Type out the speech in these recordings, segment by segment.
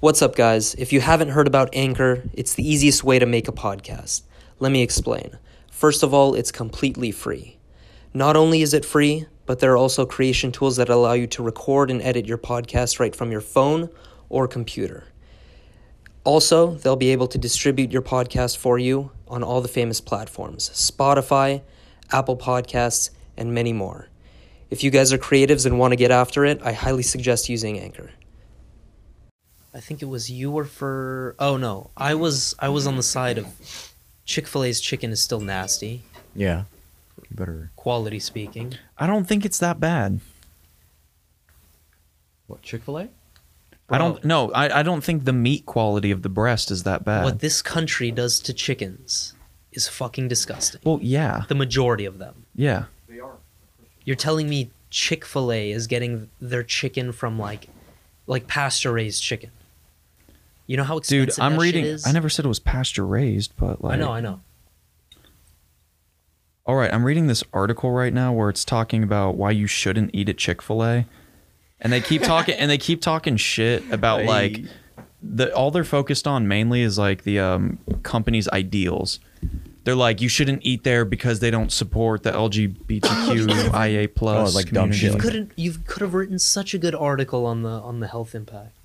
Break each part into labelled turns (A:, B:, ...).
A: What's up, guys? If you haven't heard about Anchor, it's the easiest way to make a podcast. Let me explain. First of all, it's completely free. Not only is it free, but there are also creation tools that allow you to record and edit your podcast right from your phone or computer. Also, they'll be able to distribute your podcast for you on all the famous platforms Spotify, Apple Podcasts, and many more. If you guys are creatives and want to get after it, I highly suggest using Anchor. I think it was you were for oh no, I was I was on the side of Chick-fil-A's chicken is still nasty,
B: Yeah. You better.
A: quality speaking.
B: I don't think it's that bad.
C: What Chick Fil A?
B: I don't no, I, I don't think the meat quality of the breast is that bad.
A: What this country does to chickens is fucking disgusting.
B: well, yeah.
A: The majority of them.
B: Yeah.
A: You're telling me Chick-fil-A is getting their chicken from like like pasture-raised chicken. You know how expensive
B: Dude, I'm
A: that shit
B: reading
A: is?
B: I never said it was pasture raised, but like
A: I know, I know.
B: All right, I'm reading this article right now where it's talking about why you shouldn't eat at Chick-fil-A. And they keep talking and they keep talking shit about like the all they're focused on mainly is like the um company's ideals. They're like you shouldn't eat there because they don't support the LGBTQIA plus
C: Oh, like dumb shit
A: You
C: Yeah.
B: community.
A: couldn't you could have written such a good article on the on the health impact.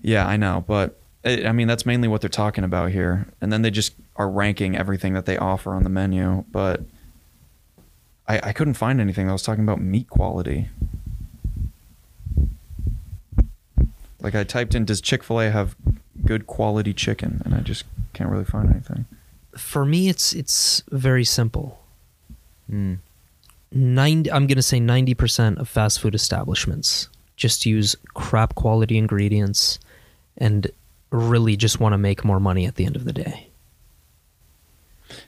B: Yeah, I know, but it, I mean that's mainly what they're talking about here. And then they just are ranking everything that they offer on the menu, but I, I couldn't find anything that was talking about meat quality. Like I typed in, does Chick Fil A have good quality chicken? And I just can't really find anything.
A: For me it's it's very simple.
B: Hmm.
C: Mm.
A: 90 I'm going to say 90% of fast food establishments just use crap quality ingredients and really just want to make more money at the end of the day.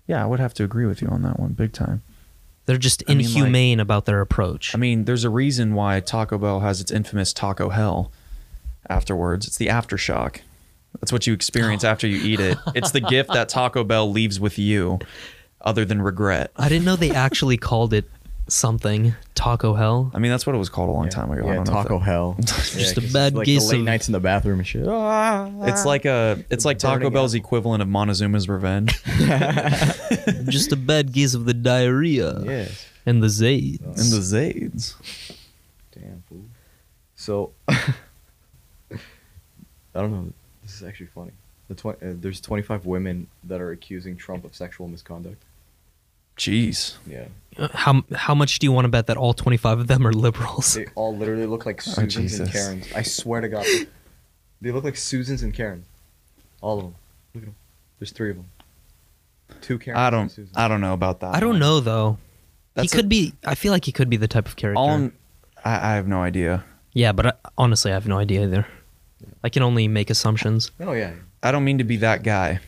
B: Yeah, I would have to agree with you on that one, big time.
A: They're just
B: I mean, like-
A: inhumane about their approach.
B: I mean, there's a reason why Taco Bell has its infamous Taco Hell afterwards. It's the aftershock. That's what you experience after you eat it. It's the gift that Taco Bell leaves with you, other than regret.
A: I didn't know they actually called it something Taco Hell.
B: I mean, that's what it was called a long time ago. I
C: Yeah,
B: don't know if
C: Taco Hell.
A: Just a
C: 'cause
A: bad
C: like
A: case
C: the late
A: of-
C: nights in the bathroom and shit. Oh,
B: that- It's like a, it's like Taco
C: Burning
B: Bell's equivalent of Montezuma's Revenge
A: just a bad case of the diarrhea
C: yes.
A: and the Zades.
B: and the Zades.
C: Damn fool. So I don't know. This is actually funny. The twen- uh, there's 25 women that are accusing Trump of sexual misconduct.
B: Jeez,
C: Yeah.
A: Uh, how how much do you want to bet that all 25 of them are liberals?
C: They all literally look like Susans
B: Oh, Jesus.
C: and Karens. I swear to God. they look like Susans and Karens. All of them. Look at them. There's three of them. Two Karens.
B: I
C: and
B: don't,
C: Susans.
B: I don't know about that.
A: I don't
B: one.
A: know though.
B: That's
A: he
B: a-
A: could be I feel like he could be the type of character.
B: All I'm- I, I have no idea.
A: yeah, but I, honestly I have no idea either. I can only make assumptions.
C: Oh yeah.
B: I don't mean to be that guy.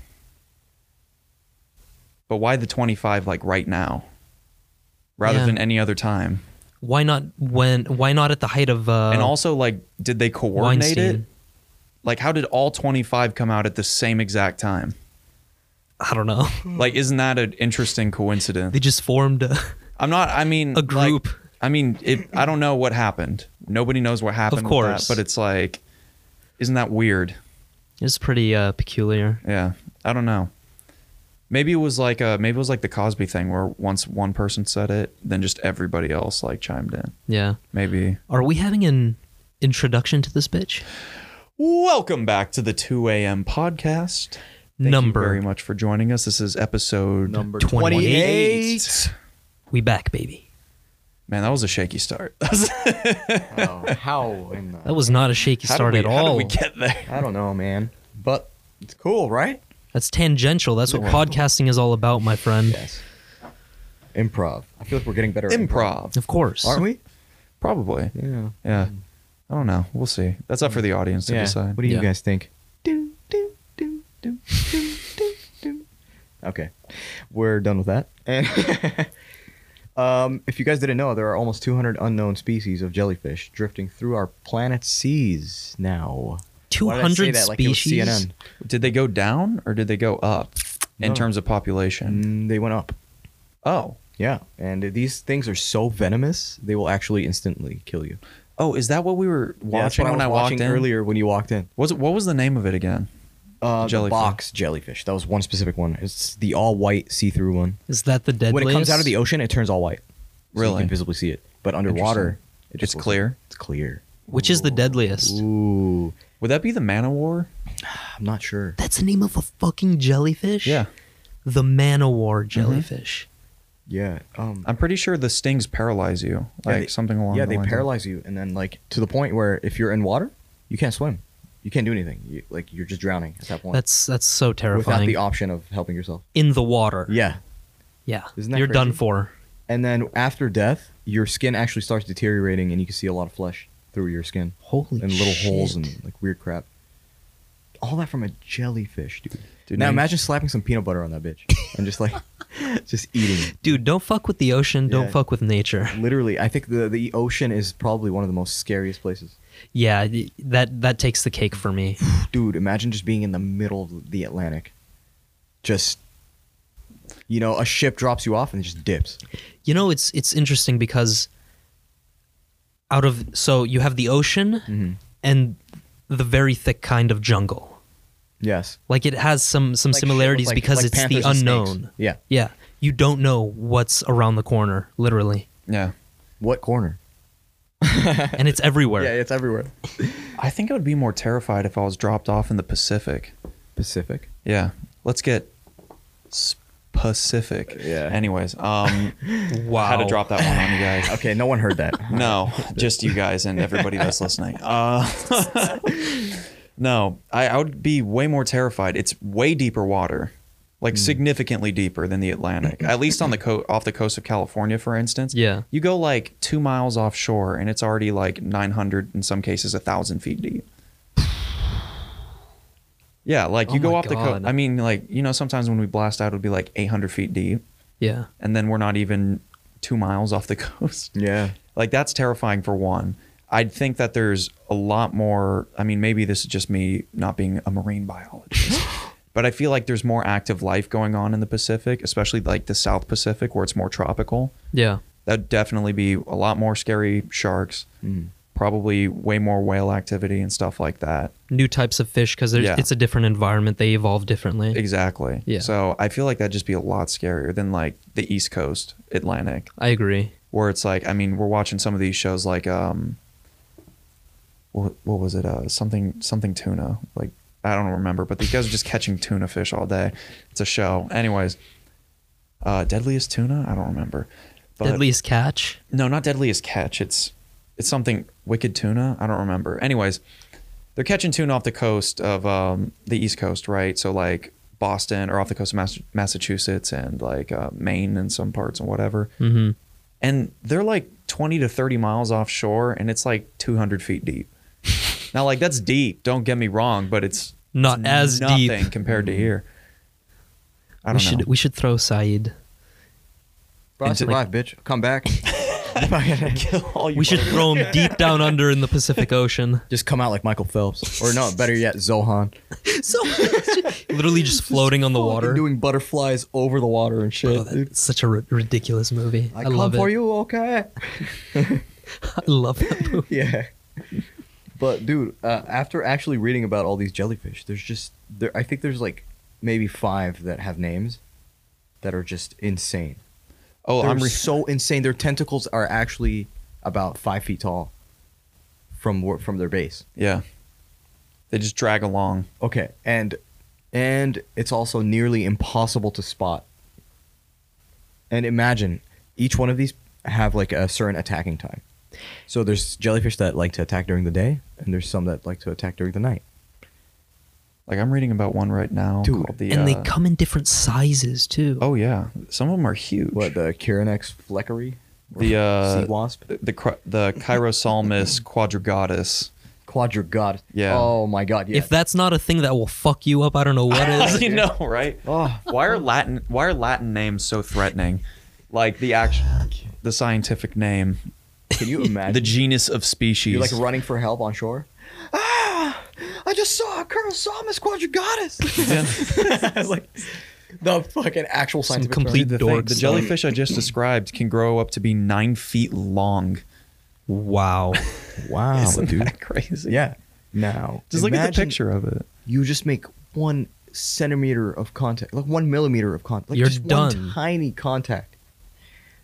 B: But why the 25 like right now? Rather
A: Yeah.
B: than any other time.
A: Why not when why not at the height of uh
B: and also like did they coordinate it?
A: Weinstein.
B: Like how did all 25 come out at the same exact time?
A: I don't know.
B: Like isn't that an interesting coincidence?
A: They just formed uh, a,
B: I'm not I mean
A: a
B: like,
A: group.
B: I mean it I don't know what happened. Nobody knows what happened with that,
A: course.
B: but it's like isn't that weird?
A: It's pretty uh, peculiar.
B: Yeah, I don't know. Maybe it was like uh maybe it was like the Cosby thing where once one person said it, then just everybody else like chimed in.
A: Yeah.
B: Maybe.
A: Are we having an introduction to this bitch?
B: Welcome back to the 2 a.m. podcast. Thank
A: Number.
B: you very much for joining us. This is episode
C: Number
A: 28. We back, baby.
B: Man, that was a shaky start.
C: Oh, how in
A: That
C: the-
A: was not a shaky
B: How
A: start
B: did
A: at
B: we- how
A: all.
B: did we get there?
C: I don't know, man. But it's cool, right?
A: That's tangential. That's what podcasting is all about, my friend.
C: Yes. Improv. I feel like we're getting better at
B: Improv,
A: Of course.
C: Aren't we?
B: probably.
C: Yeah.
B: Yeah. I don't know. We'll see. That's up for the audience to
C: yeah.
B: decide.
C: What do you
A: Yeah.
C: guys think? Dun, dun, dun, dun, dun, dun, dun. Okay. We're done with that. And um, if you guys didn't know, there are almost 200 unknown species of jellyfish drifting through our planet's seas now. Why did I say
A: 200
C: that like it was
A: species.
C: CNN?
B: Did they go down or did they go up in
C: No.
B: terms of population?
C: Mm, they went up.
B: Oh,
C: Yeah. And these things are so venomous, they will actually instantly kill you.
B: Oh, is that what we were
C: Yeah, that's
B: watching
C: what
B: when
C: was
B: I walked
C: watching
B: in?
C: earlier when you walked in.
B: Was it what was the name of it again?
C: Uh, the
B: Jellyfish.
C: box jellyfish. That was one specific one. It's the all white see through one.
A: Is that the deadliest?
C: When it comes out of the ocean, it turns all white. So you
B: Really?
C: can visibly see it. But underwater, it
B: It's
C: just looks-
B: clear?
C: It's clear.
A: Which is the deadliest?
C: Ooh,
B: Would that be the Man of War?
C: I'm not sure.
A: That's the name of a fucking jellyfish?
B: Yeah,
A: The man o'
C: Mm-hmm.
A: war jellyfish.
C: Yeah. Um.
B: I'm pretty sure the stings paralyze you,
C: yeah,
B: like
C: they-
B: something along.
C: Yeah,
B: the
C: they
B: lines of-
C: paralyze you, and then like to the point where if you're in water, you can't swim. You can't do anything. You, like you're just drowning at that point.
A: That's that's so
C: without
A: terrifying.
C: the option of helping yourself.
A: In the water.
C: Yeah.
A: Yeah.
C: Isn't that
A: You're done
C: crazy?
A: for.
C: And then after death, your skin actually starts deteriorating, and you can see a lot of flesh through your skin
A: Holy
C: and little
A: shit.
C: holes and like weird crap. All that from a jellyfish, dude.
B: Dude,
C: now
B: now-
C: imagine slapping some peanut butter on that bitch and just like, just eating. it.
A: Dude, don't fuck with the ocean. Don't
C: Yeah.
A: fuck with nature.
C: Literally, I think the the ocean is probably one of the most scariest places.
A: Yeah, y- that that takes the cake for me.
C: Dude, imagine just being in the middle of the Atlantic. Just, you know, a ship drops you off and it just dips.
A: You know, it's it's interesting because out of so you have the ocean
C: Mm-hmm.
A: and the very thick kind of jungle.
C: Yes.
A: Like it has some some
C: Like shit with,
A: similarities
C: like-
A: because
C: like
A: it's the
C: panthers and snakes.
A: unknown.
C: Yeah.
A: Yeah. You don't know what's around the corner, literally.
B: Yeah,
C: What corner?
A: And it's everywhere.
C: Yeah, it's everywhere.
B: I think I would be more terrified if I was dropped off in the Pacific.
C: Pacific.
B: Yeah, let's get Pacific.
C: Yeah.
B: Anyways, um,
A: Wow.
B: I had to drop that one on you guys.
C: Okay, no one heard that.
B: No, just you guys and everybody that's listening. Uh, no, I, I would be way more terrified. It's way deeper water,
A: Hmm.
B: like significantly deeper than the Atlantic. At least on the co- off the coast of California, for instance.
A: Yeah.
B: you go like two miles offshore, and it's already like nine hundred in some cases, a thousand feet deep. Yeah, like you
A: Oh
B: go
A: my
B: off the coast.
A: God.
B: I mean, like you know, sometimes when we blast out, it'll be like eight hundred feet deep,
A: Yeah.
B: and then we're not even two miles off the coast.
C: Yeah.
B: Like that's terrifying for one. I'd think that there's a lot more. I mean, maybe this is just me not being a marine biologist, but I feel like there's more active life going on in the Pacific, especially like the South Pacific where it's more tropical.
A: Yeah.
B: That'd definitely be a lot more scary sharks,
A: Mm.
B: probably way more whale activity and stuff like that.
A: New types of fish because there's
B: Yeah.
A: it's a different environment. They evolve differently.
B: Exactly.
A: Yeah.
B: So I feel like that'd just be a lot scarier than like the East Coast Atlantic.
A: I agree.
B: where it's like I mean we're watching some of these shows like um what what was it uh something something tuna like I don't remember but these guys are just catching tuna fish all day it's a show anyways uh deadliest tuna I don't remember but
A: Deadliest catch.
B: no not deadliest catch it's it's something wicked tuna I don't remember anyways they're catching tuna off the coast of um the east coast right so like Boston or off the coast of Mas- Massachusetts and like uh, Maine and some parts and whatever
A: Mm-hmm.
B: and they're like 20 to 30 miles offshore and it's like 200 feet deep now like that's deep don't get me wrong but it's
A: Not
B: it's
A: as
B: nothing
A: deep. Mm-hmm.
B: compared to here i
A: we
B: don't know
A: should we should throw Saeed.
C: Bro, I
A: Into-
C: survived, bitch. Come back.
A: We should throw him deep down under in the Pacific Ocean.
C: just come out like Michael Phelps, or no, better yet, Zohan.
A: So literally just floating on the water.
C: doing butterflies over the water and shit.
A: Oh,
C: dude.
A: that's such a ri- ridiculous movie. I,
C: come
A: love
C: for
A: it.
C: you, okay?
A: I love that movie.
C: yeah. But dude, uh, after actually reading about all these jellyfish, there's just there. I think there's like maybe five that have names that are just insane.
B: oh
C: They're
B: i'm re-
C: so insane. Their tentacles are actually about five feet tall from where- from their base.
B: yeah they just drag along
C: Okay, and and it's also nearly impossible to spot. And imagine each one of these have like a certain attacking time. So there's jellyfish that like to attack during the day, and there's some that like to attack during the night.
B: like i'm reading about one right now
C: Dude.
B: called the,
A: And they
B: uh,
A: come in different sizes too.
B: oh yeah some of them are huge
C: What the Kyronex fleckery? Or
B: the uh
C: sea wasp,
B: the the, cri- the Chirosalmus quadrigatus
C: quadrigod.
B: Yeah.
C: Oh my god. Yeah.
A: If that's not a thing that will fuck you up, I don't know what is.
B: you know, right?
C: Oh.
B: Why are Latin why are Latin names so threatening? Like the action the scientific name,
C: Can you imagine?
B: the genus of species.
C: You're like running for help on shore. Ah! I just saw a Kurosawa's quadrigatus. It's like the fucking actual
A: Some
C: scientific
A: complete
C: term.
B: the, thing,
A: dorks.
B: the jellyfish I just described can grow up to be nine feet long.
A: Wow.
C: Wow,
B: Isn't
C: Oh, dude.
B: that crazy?
C: Yeah. Now,
B: Just look at the
C: imagine
B: picture of it.
C: You just make one centimeter of contact, like one millimeter of contact, like
A: You're
C: just
A: done.
C: one tiny contact.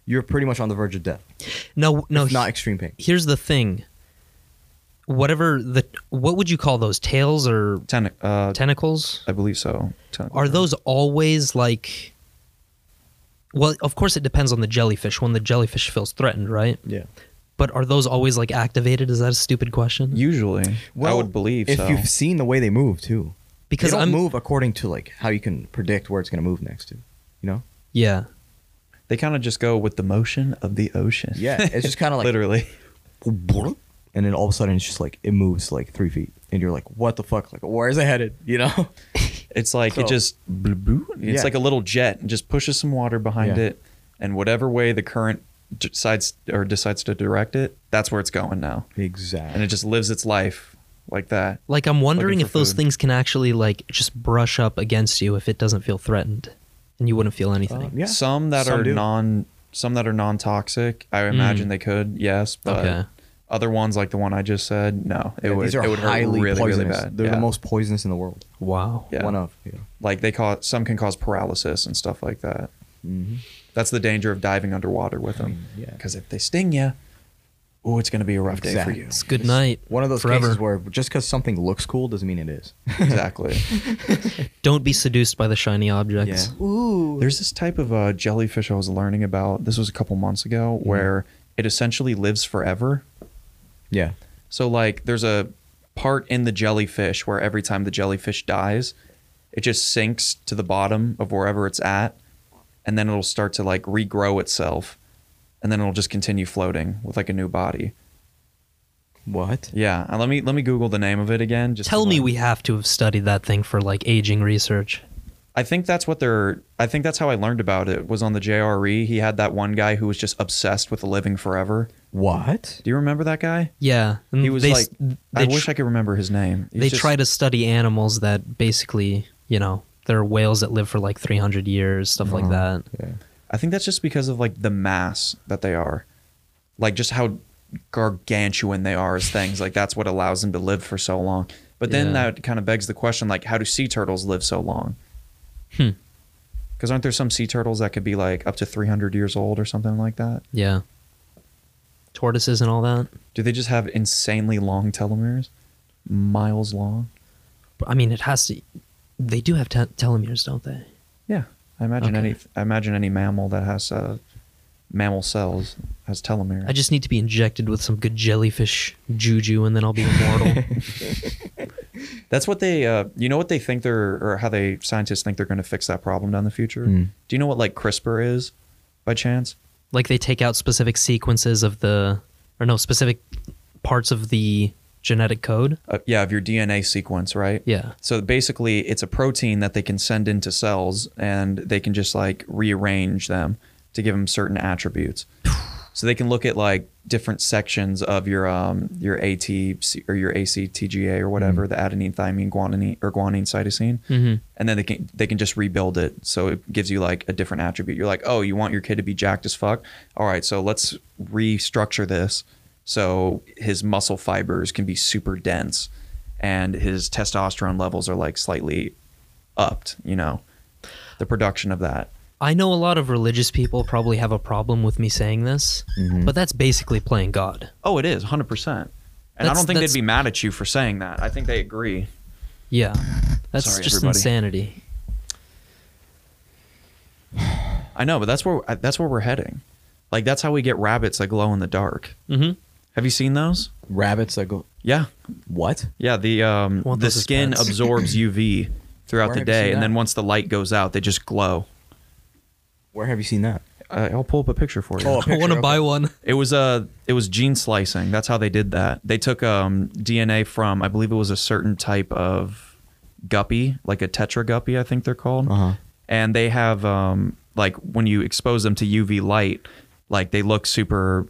C: You're pretty much on the verge of death.
A: No, no.
C: if not
A: he-
C: extreme pain.
A: here's the thing. Whatever the what would you call those tails or
B: Ten, uh,
A: tentacles?
B: I believe so. Ten,
A: Are those always like? Well, of course it depends on the jellyfish. When the jellyfish feels threatened, right?
C: Yeah.
A: But are those always like activated? Is that a stupid question?
B: usually? I would believe
C: if
B: so.
C: you've seen the way they move too,
A: because
C: they don't
A: I'm
C: move according to like how you can predict where it's going to move next to. You know?
A: yeah.
B: they kind of just go with the motion of the ocean.
C: Yeah, it's just kinda like-
B: literally.
C: And then all of a sudden, it's just like it moves like three feet, and you're like, "What the fuck? Like, where is it headed?" You know?
B: It's like
C: So-
B: it just bloop, bloop. it's
C: Yeah.
B: like a little jet and just pushes some water behind
C: Yeah.
B: it, and whatever way the current decides or decides to direct it, that's where it's going now, and
C: Exactly.
B: it just lives its life like that.
A: Like I'm wondering
B: Looking
A: if
B: for
A: those
B: food.
A: things can actually like just brush up against you if it doesn't feel threatened, and you wouldn't feel anything.
C: yeah.
B: Some that
C: Some
B: are
C: do.
B: non, some that are non-toxic. I imagine they could, yes, but
A: Okay.
B: other ones like the one I just said, no, it
C: Yeah,
B: would
C: these are
B: it would
C: highly
B: hurt really
C: poisonous.
B: really bad.
C: They're
B: Yeah.
C: the most poisonous in the world.
A: Wow.
B: Yeah.
C: One of. You know?
B: like they cause some can cause paralysis and stuff like that.
C: Mm-hmm.
B: That's the danger of diving underwater with them.
C: Mm, yeah.
B: Because if they sting you, oh, it's gonna be a rough day for you.
A: It's good night.
C: One of those
A: forever.
C: cases where just because something looks cool doesn't mean it is.
B: exactly.
A: Don't be seduced by the shiny objects.
C: Ooh.
B: There's this type of uh, jellyfish I was learning about. This was a couple months ago,
C: Mm-hmm.
B: where it essentially lives forever.
C: Yeah.
B: So like, there's a part in the jellyfish where every time the jellyfish dies, it just sinks to the bottom of wherever it's at, and then it'll start to like regrow itself, and then it'll just continue floating with like a new body.
C: What?
B: Yeah, uh, let me let me Google the name of it again. Just to
A: Tell me
B: learn.
A: we have to have studied that thing for like aging research.
B: I think that's what they're. I think that's how I learned about it. Was on the JRE. He had that one guy who was just obsessed with living forever.
C: What?
B: Do you remember that guy?
A: Yeah. and
B: He was
A: they,
B: like.
A: s- they
B: I wish
A: tr-
B: I could remember his name. He's
A: they
B: just-
A: try to study animals that basically, you know, there are whales that live for like 300 years, stuff like
B: Uh-huh.
A: that.
C: Yeah.
B: I think that's just because of like the mass that they are, like just how gargantuan they are as things. Like that's what allows them to live for so long. But then
A: Yeah.
B: that kind of begs the question, like, how do sea turtles live so long?
A: Hmm.
B: Because aren't there some sea turtles that could be like up to 300 years old or something like that?
A: Yeah. Tortoises and all that.
B: Do they just have insanely long telomeres? Miles long?
A: I mean, it has to. They do have te- telomeres, don't they?
B: Yeah. I imagine
A: Okay.
B: any I imagine any mammal that has uh, mammal cells has telomeres.
A: I just need to be injected with some good jellyfish juju and then I'll be immortal.
B: That's what they uh, you know what they think they're or how they scientists think they're going to fix that problem down the future? Do you know what like CRISPR is by chance?
A: like they take out specific sequences of the or no specific parts of the genetic code
B: uh, yeah, of your DNA sequence, right?
A: Yeah.
B: So basically, it's a protein that they can send into cells, and they can just like rearrange them to give them certain attributes. so they can look at like different sections of your um your AT or your ACTGA or whatever the adenine, thymine, guanine or guanine, cytosine, and then they can they can just rebuild it. So it gives you like a different attribute. You're like, oh, you want your kid to be jacked as fuck. All right, so let's restructure this so his muscle fibers can be super dense and his testosterone levels are like slightly upped, you know, the production of that.
A: i know a lot of religious people probably have a problem with me saying this
C: Mm-hmm.
A: but that's basically playing god
B: Oh, it is 100%. And I
A: That's-
B: don't think
A: that's-
B: they'd be mad at you for saying that. I think they agree.
A: yeah that's
B: Sorry,
A: just
B: everybody.
A: insanity
B: I know, but that's where that's where we're heading. Like that's how we get rabbits that glow in the dark.
A: mm-hmm
B: Have you seen those?
C: Rabbits that go.
B: Yeah.
C: What?
B: Yeah, the um
A: Want
B: the
A: those as
B: skin
A: pets.
B: absorbs UV throughout
C: Where
B: the
C: have
B: day
C: you seen
B: and
C: that?
B: then once the light goes out, they just glow.
C: Where have you seen that?
B: I I'll pull up a picture for you.
C: Oh,
A: i want
C: Picture,
A: to
C: okay.
A: buy one
B: It was uh, it was gene slicing. That's how they did that. They took um, DNA from, I believe it was a certain type of guppy, like a tetra guppy, I think they're called.
C: Uh-huh.
B: And they have um, like when you expose them to UV light, like they look super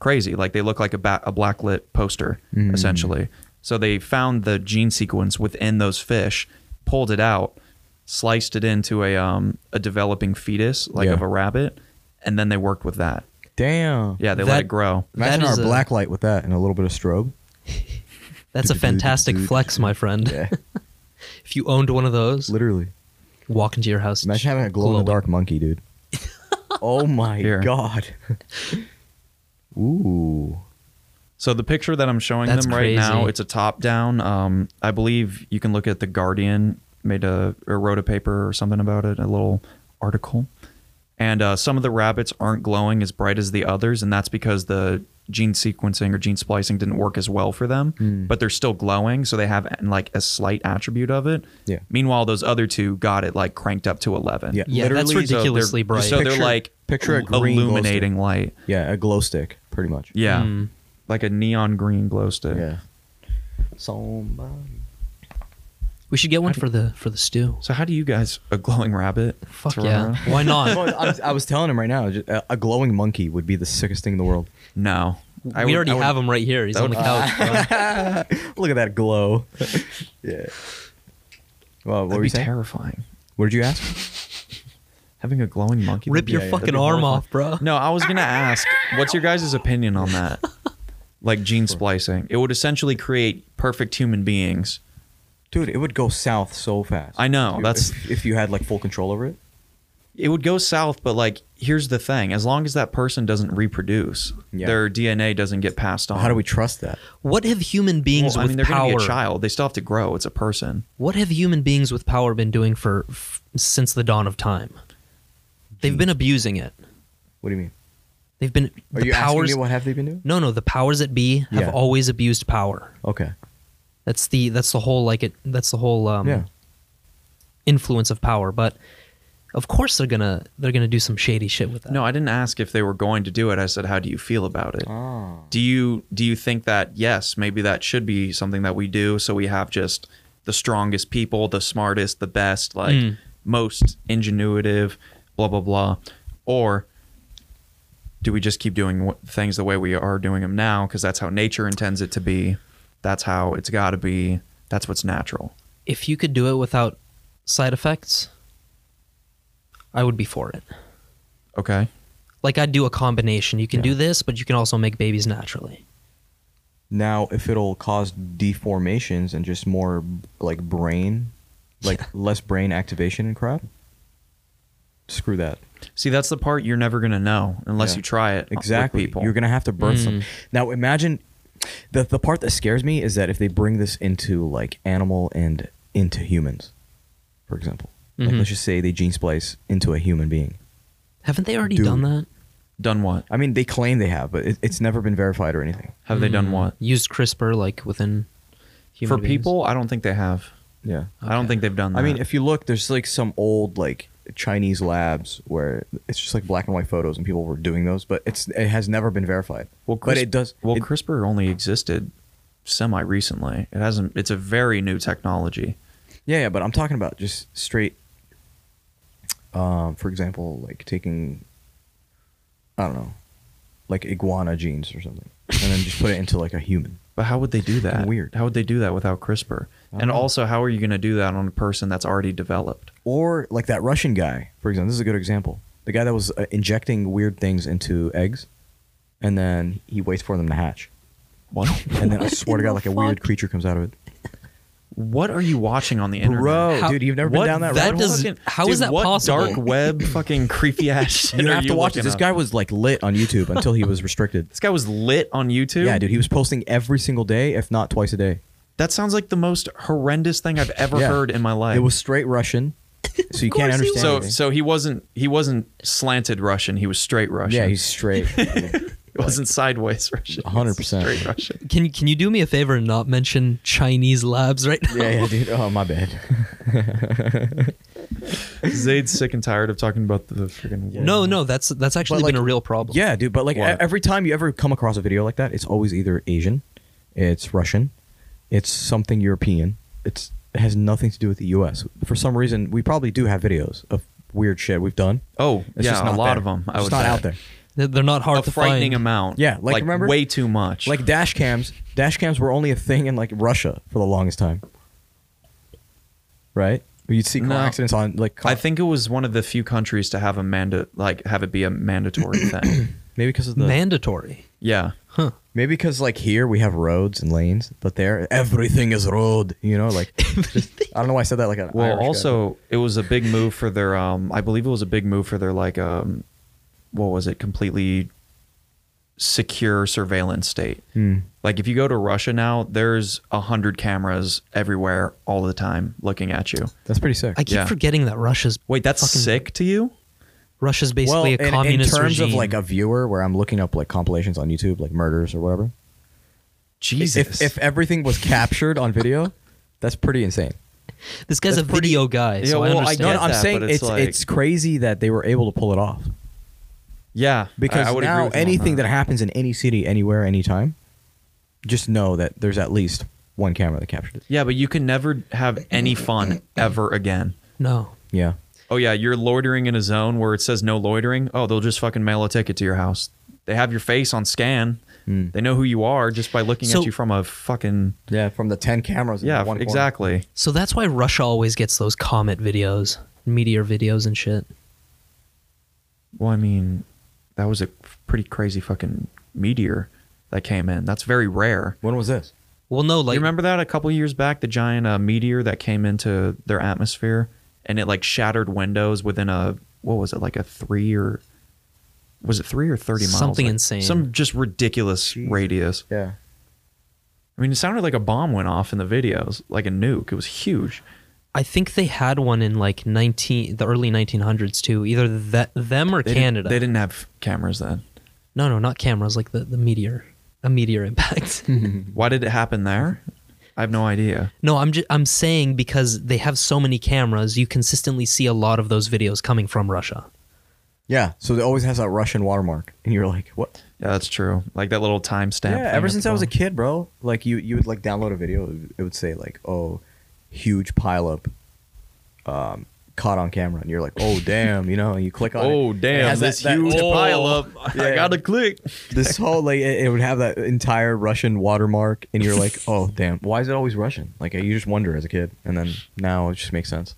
B: crazy. Like they look like a ba- a blacklit poster
C: Hmm.
B: essentially. So they found the gene sequence within those fish, pulled it out, sliced it into a um, a developing fetus like
C: Yeah.
B: of a rabbit, and then they worked with that.
C: Damn.
B: Yeah, they
A: That-
B: let it grow.
C: Imagine
A: that
C: our
A: is a-
C: black light with that and a little bit of strobe.
A: That's a fantastic flex, my friend.
C: Yeah,
A: If you owned one of those,
C: literally.
A: walk into your house.
C: Imagine having a glow in the dark monkey, dude. oh my
B: Here.
C: god. Ooh.
B: So the picture that I'm showing
A: That's
B: them right now,
A: crazy.
B: it's a top down. Um, I believe you can look at the Guardian made a or wrote a paper or something about it, a little article. And uh, some of the rabbits aren't glowing as bright as the others, and that's because the gene sequencing or gene splicing didn't work as well for them.
C: Hmm.
B: But they're still glowing, so they have uh, like a slight attribute of it.
C: Yeah.
B: Meanwhile, those other two got it like cranked up to eleven.
C: Yeah.
A: Yeah, that's
C: Literally,
B: So they're-
A: ridiculously bright.
B: So
C: Picture-
B: they're like
C: picture a green glow
B: illuminating light.
C: Yeah, a glow stick, pretty much.
B: Yeah.
A: Mm.
B: Like a neon green glow stick.
C: Yeah. Somebody.
A: we should get one for the for the stew.
B: So how do you guys a glowing rabbit?
A: Fuck
B: to run
A: yeah.
B: around?
A: Why not?
C: Well, I, was, I was telling him right now, just, a, a glowing monkey would be the sickest thing in the world.
B: No. I
A: we
B: would-
A: already
B: I would-
A: have him right here. He's
B: that
A: on the
B: would-
A: couch. bro.
C: Look at that glow. yeah. Well,
B: That'd
C: what were you
B: be
C: saying?
B: terrifying.
C: what did you ask?
B: Having a glowing monkey.
A: Rip
B: that'd
A: your
B: be-
A: fucking
B: that'd be
A: arm
B: horrifying.
A: off, bro.
B: No, I was gonna ask, what's your guys' opinion on that? Like gene splicing, it would essentially create perfect human beings.
C: Dude, it would go south so fast.
B: I know,
C: If-
B: that's-
C: if, if you had like full control over it.
B: It would go south, but like, here's the thing: as long as that person doesn't reproduce,
C: Yeah.
B: their DNA doesn't get passed on.
C: How do we trust that?
A: What have human beings
B: Well, I mean,
A: with
B: they're gonna be a
A: power?
B: child. They still have to grow. It's a person.
A: What have human beings with power been doing for f- since the dawn of time? They've been abusing it.
C: What do you mean?
A: They've been
C: Are
A: the
C: you
A: powers.
C: asking me what have they been doing?
A: No, no, the powers that be have
C: Yeah.
A: always abused power.
C: Okay.
A: That's the that's the whole like it that's the whole um,
C: Yeah.
A: influence of power. But of course they're gonna they're gonna do some shady shit with that.
B: No, I didn't ask if they were going to do it. I said, "How do you feel about it?"
C: Oh.
B: do you do you think that yes maybe that should be something that we do so we have just the strongest people the smartest the best like
C: Hmm.
A: Mm.
B: most ingenuitive blah blah blah or do we just keep doing wh- things the way we are doing them now because that's how nature intends it to be that's how it's got to be that's what's natural
A: If you could do it without side effects, I would be for it.
B: okay
A: Like I'd do a combination. You can do this, but you can also make babies naturally.
C: Now, if it'll cause deformations and just more like brain, like less brain activation and crap, screw that.
B: see that's the part you're never going to know unless
C: Yeah.
B: you try it with
C: Exactly.
B: people
C: You're gonna have to birth some.
A: Mm.
C: Now, imagine the the part that scares me is that if they bring this into like animal and into humans, for example, like
A: Mhm.
C: let's just say they gene splice into a human being.
A: Haven't they already
C: Dude.
A: done that?
B: done what
C: I mean, they claim they have, but it, it's never been verified or anything.
B: have they done
C: Hmm.
A: Mm.
B: what
A: Used CRISPR like within human
B: for
A: beings?
B: people i don't think they have
C: Yeah.
B: i don't think they've done that
C: I mean, if you look, there's like some old like Chinese labs where it's just like black and white photos, and people were doing those, but it's it has never been verified.
B: Well,
C: but
B: crisp-
C: it does.
B: Well,
C: it-
B: CRISPR only existed semi recently. It hasn't. It's a very new technology.
C: yeah, yeah. But I'm talking about just straight. Um, for example, like taking, I don't know, like iguana genes or something, and then just put it into like a human.
B: But how would they do that?
C: Weird.
B: How would they do that without CRISPR?
C: don't
B: And
C: know.
B: also, how are you going to do that on a person that's already developed?
C: or like that Russian guy, for example. This is a good example. The guy that was uh, injecting weird things into eggs, and then he waits for them to hatch.
B: What?
C: And then I swear to God, like a weird creature comes out of it.
B: what are you watching on the internet?
C: Bro,
A: How-
C: dude, you've never been
B: What
C: down that,
A: that
C: road.
A: does-
B: fucking-
A: how
B: dude,
A: is that
B: what
A: possible?
B: Dark web, fucking creepy ass shit.
C: You
B: are
C: have to
B: you
C: watch this.
B: looking
C: This
B: up?
C: guy was like lit on YouTube until he was restricted.
B: This guy was lit on YouTube.
C: Yeah, dude, he was posting every single day, if not twice a day.
B: That sounds like the most horrendous thing I've ever
C: Yeah.
B: heard in my life.
C: It was straight Russian, so you can't
A: course he
C: understand.
B: so.
C: anything.
B: So he wasn't. He wasn't slanted Russian. He was straight Russian.
C: yeah, he's straight.
B: It wasn't sideways Russian.
C: 100%.
B: Straight Russian.
A: Can can you do me a favor and not mention Chinese labs right now?
C: yeah, yeah, dude. Oh, my bad.
B: Zaid's sick and tired of talking about the freaking. war.
A: No, no, that's that's actually
C: like,
A: been a real problem.
C: Yeah, dude. But like e-
B: What?
C: every time you ever come across a video like that, it's always either Asian, it's Russian, it's something European. It's it has nothing to do with the U.S. For some reason, we probably do have videos of weird shit we've done.
B: Oh,
C: It's
B: yeah,
C: just
B: a
C: not
B: lot
C: there.
B: of them. I
C: It's
B: would
C: not
B: bet.
C: out there.
A: They're- They're not hard
B: A
A: to
B: frightening
A: find.
B: amount.
C: Yeah, like, remember-
B: way too much.
C: Like dash cams, dash cams were only a thing in like Russia for the longest time. Right? You'd see car
B: No.
C: accidents on like. Car-
B: I think it was one of the few countries to have a manda like have it be a mandatory thing.
C: Maybe because of the
A: mandatory.
B: Yeah.
A: Huh.
C: maybe because like here we have roads and lanes, but there everything is road. You know, like just, I don't know why I said that like an
B: Well,
C: Irish guy.
B: also it was a big move for their. Um, I believe it was a big move for their like um, what was it? Completely secure surveillance state.
C: hmm,
B: Like if you go to Russia now, there's a hundred cameras everywhere all the time looking at you.
C: that's pretty sick.
A: I keep
B: Yeah.
A: forgetting that Russia's
B: Wait, that's
A: Fucking-
B: sick to you?
A: Russia's basically
C: in-
A: a communist
C: in, terms
A: regime.
C: of like a viewer where I'm looking up like compilations on YouTube, like murders or whatever.
B: Jesus.
C: If, if everything was captured on video, that's pretty insane.
A: this guy's a
C: that's pretty-
A: video guy, so
B: Yeah, well,
A: I
B: I
A: understand.
B: get
C: no, no, I'm
B: that,
C: saying
B: but
C: it's
B: it's
C: it's,
B: like-
C: crazy that they were able to pull it off
B: yeah,
C: because
B: I, I would agree
C: now
B: with him on
C: anything that.
B: that
C: happens in any city, anywhere, anytime, just know that there's at least one camera that captured it.
B: Yeah, but you can never have any fun ever again.
A: no.
C: Yeah,
B: Oh yeah, you're loitering in a zone where it says no loitering. Oh, they'll just fucking mail a ticket to your house. They have your face on scan.
C: Hmm.
B: They know who you are just by looking
A: So-
B: at you from a fucking
C: yeah. From the ten cameras, in
B: yeah,
C: one corner.
B: exactly.
A: So that's why Russia always gets those comet videos, meteor videos and shit.
B: Well, I mean, that was a pretty crazy fucking meteor that came in. That's very rare.
C: When was this?
A: Well, no, like
B: you remember that a couple years back, the giant uh, meteor that came into their atmosphere and it like shattered windows within a what was it like a three or was it three or thirty miles?
A: Something
B: Like,
A: insane.
B: Some just ridiculous radius.
C: Yeah,
B: I mean, it sounded like a bomb went off in the videos, like a nuke. It was huge.
A: I think they had one in like 19 the early 1900s too, either that them or
B: They didn't-
A: Canada.
B: they didn't have cameras then.
A: No, no, not cameras like the the meteor, a meteor impact.
B: Why did it happen there? I have no idea.
A: no, I'm just I'm saying because they have so many cameras, you consistently see a lot of those videos coming from Russia.
C: yeah. So it always has that Russian watermark, and you're like, what?
B: Yeah, that's true. Like that little timestamp.
C: Yeah,
B: thing
C: ever
B: at
C: since
B: the
C: I was a
B: bottom.
C: kid, bro. Like you, you would like download a video. It would say like, "Oh, huge pileup, um, caught on camera," and you're like, "Oh, damn!" You know, and you click on. it.
B: Oh
C: and it
B: damn!
C: has that-
B: This
C: that-
B: huge
C: oh,
B: pile up. I
C: Yeah.
B: gotta click.
C: This whole like it, it would have that entire Russian watermark, and you're like, "Oh, damn! Why is it always Russian?" Like you just wonder as a kid, and then now it just makes sense.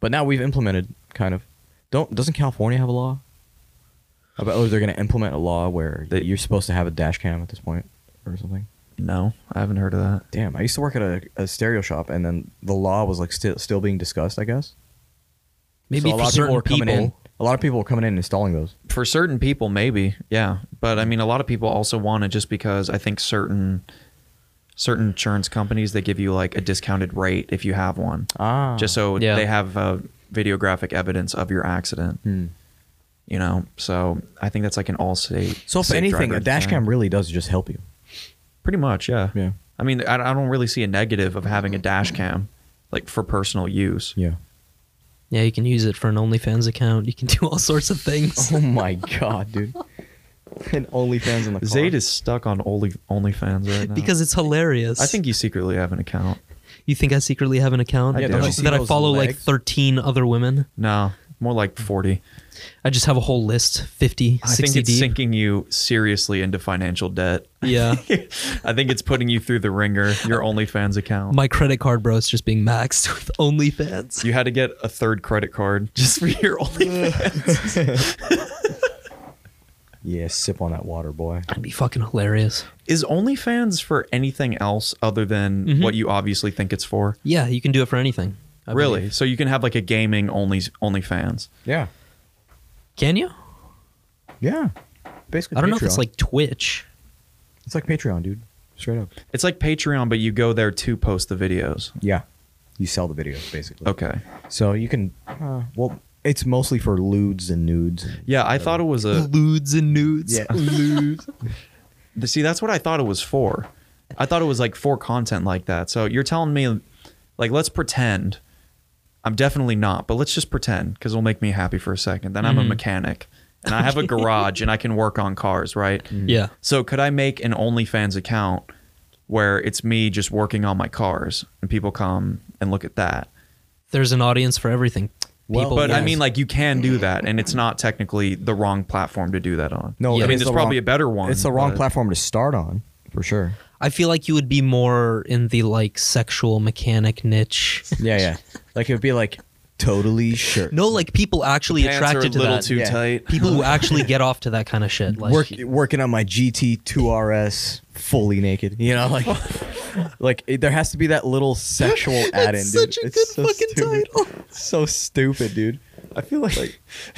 C: But now we've implemented kind of. Don't doesn't California have a law? About oh, they're gonna implement a law where that you're supposed to have a dash cam at this point or something.
B: No, I haven't heard of that.
C: Damn, I used to work at a, a stereo shop, and then the law was like still still being discussed. I guess
A: Maybe
C: So
A: for
C: a lot of people
A: certain
C: were
A: people.
C: coming in. A lot of people were coming in and installing those.
B: For certain people, maybe, yeah. But I mean, a lot of people also want it just because I think certain certain insurance companies they give you like a discounted rate if you have one,
C: Ah,
B: just so
A: Yeah.
B: they have uh, videographic evidence of your accident.
C: hmm.
B: You know, so I think that's like an all state.
C: so if anything, a dash cam really does just help you.
B: pretty much, yeah.
C: Yeah.
B: I mean, I, I don't really see a negative of having a dash cam, like for personal use.
C: Yeah.
A: Yeah, you can use it for an OnlyFans account. You can do all sorts of things.
C: Oh my god, dude! And OnlyFans in the car.
B: Zayd is stuck on Only OnlyFans right now
A: Because it's hilarious.
B: I think you secretly have an account.
A: you think I secretly have an account
B: I Yeah, do. don't you
A: that,
B: see
A: I
C: those
A: follow like
C: legs?
A: 13 other women.
B: No, more like forty.
A: I just have a whole list, 50,
B: I
A: 60
B: think it's
A: deep.
B: sinking you seriously into financial debt.
A: Yeah.
B: I think it's putting you through the ringer, your OnlyFans account.
A: Uh, My credit card, bro, is just being maxed with OnlyFans.
B: you had to get a third credit card just for your OnlyFans.
C: Yeah, sip on that water, boy.
A: That'd be fucking hilarious.
B: Is OnlyFans for anything else other than what you obviously think it's for?
A: Yeah, you can do it for anything. Mm-hmm. I
B: really?
A: believe.
B: So you can have like a gaming only OnlyFans.
C: Yeah.
A: Can you?
C: Yeah. Basically,
A: I don't know if
C: Patreon.
A: it's like Twitch.
C: it's like Patreon, dude. Straight up.
B: It's like Patreon, but you go there to post the videos.
C: Yeah. You sell the videos basically.
B: Okay.
C: So you can. Uh, well, it's mostly for lewds and nudes.
B: Yeah,
A: Uh,
B: I thought it was a.
A: Ludes and nudes.
C: Yeah.
A: Ludes.
B: See, that's what I thought it was for. I thought it was like for content like that. So you're telling me, like, let's pretend. I'm definitely not, but let's just pretend because it'll make me happy for a second. Then
C: Mm-hmm.
B: I'm a mechanic and I have a garage and I can work on cars, right?
C: Mm-hmm.
A: yeah.
B: So could I make an OnlyFans account where it's me just working on my cars and people come and look at that?
A: There's an audience for everything.
C: Well,
A: People,
B: But I
A: yes.
B: mean, like, you can do that, and it's not technically the wrong platform to do that on.
C: No,
B: I
C: it
B: mean,
C: is
B: there's
C: the
B: probably a
C: wrong-
B: better one.
C: It's the wrong
B: but-
C: platform to start on, for sure.
A: I feel like you would be more in the like sexual mechanic niche.
C: Yeah, yeah. like it would be like totally sure.
A: No, like people actually
B: Pants are a
A: attracted to
B: little
A: that.
B: too
C: Yeah.
B: tight.
A: people who actually get off to that kind of shit. Like,
C: Work, working on my GT2 RS fully naked. You know, like like it, there has to be that little sexual add in.
A: That's
C: dude.
A: such a
C: It's
A: good
C: so
A: fucking
C: stupid.
A: title.
C: It's so stupid, dude.
B: I feel like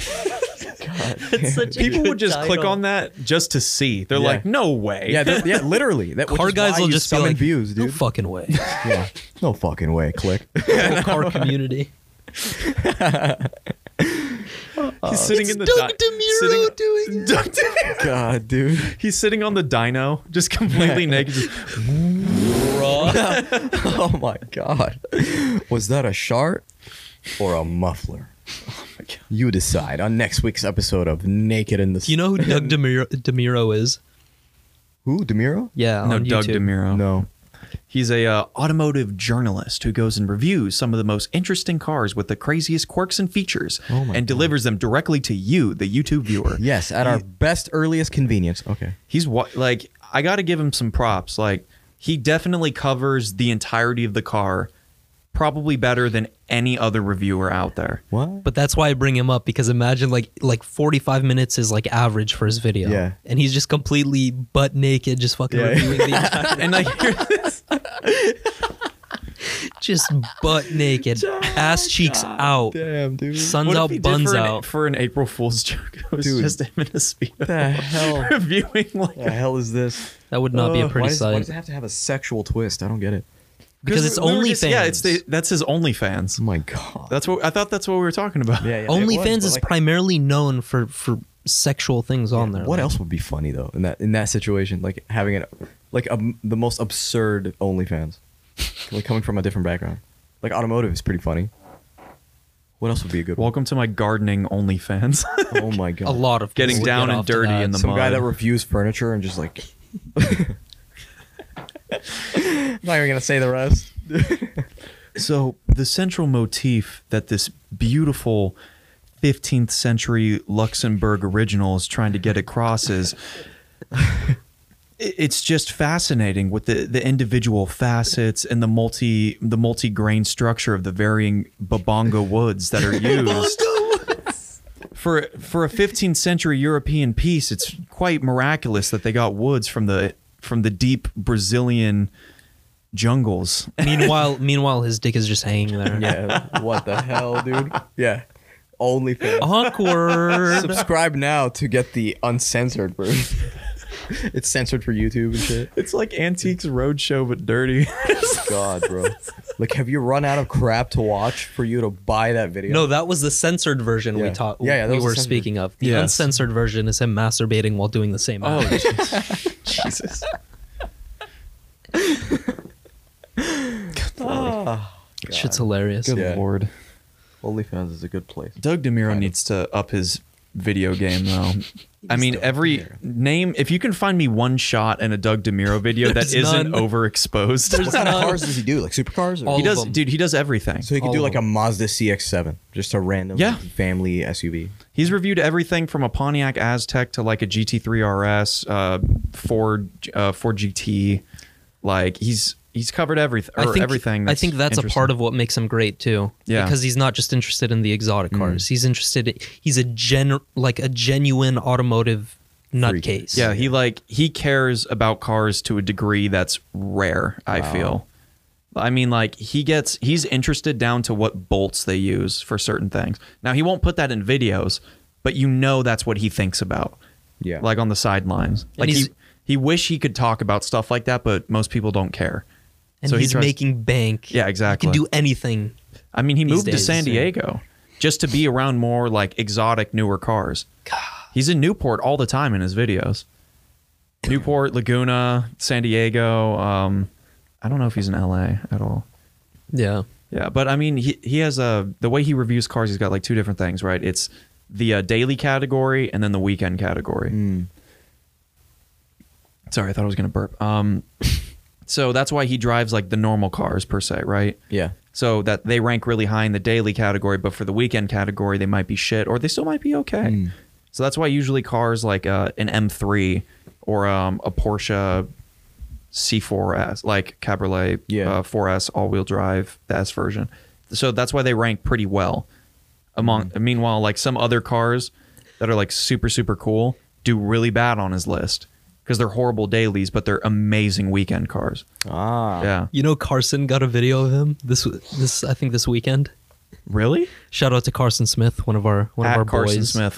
C: God.
A: That's such a
B: people
A: good
B: would just click
A: title.
B: on that just to see. They're
C: Yeah.
B: like, no way.
C: Yeah, that, yeah, literally. That which
A: Car
C: is
A: guys
C: why
A: will
C: you
A: just be
C: summon
A: like,
C: views,
A: no
C: dude.
A: fucking way.
C: yeah, no fucking way. Click.
A: Whole car community.
B: he's sitting
A: It's
B: in the
A: Doug
B: di-
A: DeMuro doing it.
B: Doug DeMuro.
C: God, dude.
B: He's sitting on the dyno, just completely naked. just-
C: Oh my god. Was that a shart or a muffler? Oh my god. You decide on next week's episode of Naked in the
A: Do you know who Doug DeMuro, DeMuro is?
C: Who, DeMiro?
A: Yeah,
B: no,
A: on
B: Doug
A: YouTube.
B: DeMuro.
C: No.
B: He's a uh, automotive journalist who goes and reviews some of the most interesting cars with the craziest quirks and features,
C: Oh
B: and
C: my God.
B: delivers them directly to you, the YouTube viewer.
C: Yes, at our best earliest convenience. Okay.
B: he's wa- like I got to give him some props. Like he definitely covers the entirety of the car, probably better than any other reviewer out there.
C: What?
A: But that's why I bring him up because imagine like like 45 minutes is like average for his video.
C: Yeah.
A: And he's just completely butt naked, just fucking
C: Yeah.
A: reviewing the
B: And like
A: just butt naked, ass cheeks out,
C: Damn, dude.
A: suns
B: what if
A: out,
B: he did
A: buns
B: for an-
A: out.
B: for an April Fool's joke? It was
C: Dude.
B: just him in a speedo
C: the hell?
B: reviewing like
C: the hell is this?
A: That would not be a
C: Ugh,
A: pretty
C: why does, why
A: sight.
C: does it have to have a sexual twist? I don't get it.
A: because it's
B: we were
A: only
B: just- Yeah, it's
A: fans.
B: the, that's his OnlyFans.
C: Oh my god.
B: That's what I thought. That's what we were talking about.
C: yeah, yeah, it was,
A: OnlyFans
C: but
A: is
C: like,
A: primarily known for for sexual things on there. like-
C: What else would be funny though in that in that situation? Like having it like a, the most absurd OnlyFans, like coming from a different background. Like automotive is pretty funny. What else would be a good
B: Welcome to my gardening OnlyFans.
C: one? Oh my god!
A: A lot of
B: Getting
A: people would
B: down
A: get
B: and
A: off to
B: dirty
A: that.
B: in the
C: Some guy
B: mud.
C: that reviews furniture and just like. I'm not even gonna say the rest.
B: So the central motif that this beautiful 15th century Luxembourg original is trying to get across is i- it's just fascinating with the, the individual facets and the multi the multi grain structure of the varying babongo woods that are used. For, for a 15th century European piece, it's quite miraculous that they got woods from the from the deep Brazilian jungles.
A: meanwhile, meanwhile, his dick is just hanging there.
C: Yeah. What the hell, dude? Yeah. OnlyFans.
A: Awkward.
C: Subscribe now to get the uncensored version. it's censored for YouTube and shit.
B: It's like Antiques Roadshow, but dirty.
C: God, bro. Like, have you run out of crap to watch for you to buy that video?
A: No, that was the censored version we
C: Yeah.
A: taught.
C: Yeah, yeah, that
A: we
C: was the
A: were
C: censored.
A: speaking of. The
B: Yes. Oh
A: uncensored version is him masturbating while doing the same. act.
B: Jesus.
A: shit's hilarious.
C: Yeah.
B: Lord.
C: ah, OnlyFans is a good place.
B: Doug DeMiro needs to up his video game, though. I mean, every name, if you can find me one shot in a Doug DeMiro video that
A: There's
B: isn't
A: none.
B: overexposed,
C: What kind of cars does he do? Like supercars? Or?
A: All
B: he does,
A: of 'em.
B: dude, he does everything.
C: so he could
A: all
C: do
A: of
C: like a Mazda CX-7, just a random
B: Yeah.
C: family SUV.
B: He's reviewed everything from a Pontiac Aztec to like a GT3 RS, uh, Ford, uh, Ford GT. Like, he's. He's covered everything.
A: I think
B: everything.
A: I think that's a part of what makes him great too.
B: Yeah.
A: Because he's not just interested in the exotic cars. He's interested. He's a gen like a genuine automotive nutcase.
B: Yeah, he like he cares about cars to a degree that's rare, I feel. I mean like he gets he's interested down to what bolts they use for certain things. Now he won't put that in videos, but you know that's what he thinks about.
C: Yeah.
B: Like on the sidelines. Like
A: he's-
B: he he wish he could talk about stuff like that, but most people don't care.
A: And
B: so he
A: he's
B: tries-
A: making bank.
B: Yeah, exactly.
A: He can do anything.
B: I mean, he
A: these
B: moved to
A: days,
B: San
A: yeah.
B: Diego just to be around more like exotic newer cars. He's in Newport all the time in his videos. Newport, Laguna, San Diego. Um, I don't know if he's in LA at all.
A: Yeah.
B: Yeah, but I mean, he he has a the way he reviews cars. He's got like two different things, right? It's the uh, daily category and then the weekend category.
A: Hmm.
B: Sorry, I thought I was gonna burp. Um, so that's why he drives like the normal cars per se, right?
C: Yeah.
B: so that they rank really high in the daily category, but for the weekend category, they might be shit or they still might be okay. So that's why usually cars like uh, an M3 or um, a Porsche C4S, like Cabriolet
C: Yeah.
B: uh, 4S all wheel drive, the S version, so that's why they rank pretty well. Among meanwhile, like some other cars that are like super super cool do really bad on his list because they're horrible dailies, but they're amazing weekend cars.
C: Ah.
B: Yeah,
A: You know, Carson got a video of him this this I think this weekend.
B: really.
A: Shout out to Carson Smith, one of our one
B: At
A: of our
B: Carson
A: boys.
B: Smith,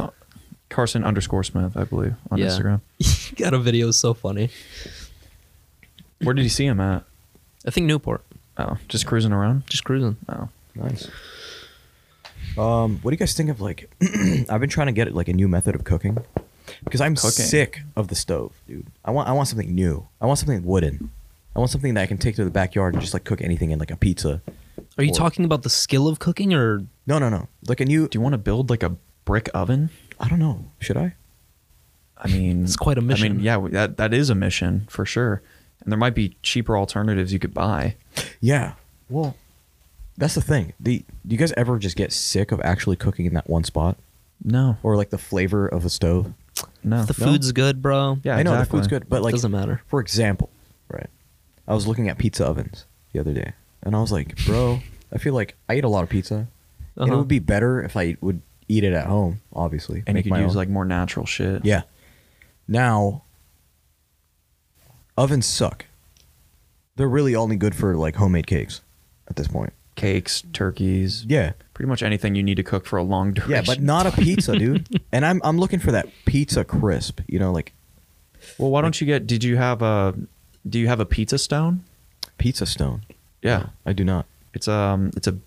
B: Carson underscore Smith, I believe on
A: Yeah.
B: Instagram.
A: He got a video so funny.
B: Where did you see him at?
A: I think Newport,
B: Oh, just cruising around.
A: just cruising.
B: Oh,
C: Nice. Um, what do you guys think of like? I've been trying to get like a new method of cooking because I'm
B: Cooking.
C: sick of the stove, dude. I want I want something new. I want something wooden. I want something that I can take to the backyard and just like cook anything in, like a pizza.
A: Are you
C: Or-
A: talking about the skill of cooking or
C: No, no, no. Like a new.
B: do you want to build like a brick oven?
C: I don't know. Should I?
B: I mean,
A: It's quite a
B: I
A: mission.
B: mean, yeah, we- that that is a mission for sure. And there might be cheaper alternatives you could buy.
C: Yeah. Well, that's the thing. The do you guys ever just get sick of actually cooking in that one spot
B: No,
C: or like the flavor of a stove?
B: no.
A: the food's good, bro?
B: Yeah,
C: I know
B: exactly.
C: the food's good, but like
A: Doesn't matter.
C: For example, right? I was looking at pizza ovens the other day, and I was like, bro, I feel like I eat a lot of pizza, and it
A: Uh-huh.
C: would be better if I would eat it at home, obviously.
B: and you
C: make
B: could
C: my
B: use
C: own.
B: like more natural shit.
C: yeah. Now, ovens suck. They're really only good for like homemade cakes at this point.
B: cakes, turkeys,
C: Yeah.
B: pretty much anything you need to cook for a long duration.
C: Yeah, but not a pizza, dude. and I'm I'm looking for that pizza crisp, you know, like
B: Well, why don't you get? Did you have a? Do you have a pizza stone?
C: pizza stone.
B: Yeah,
C: I do not.
B: it's um, it's a.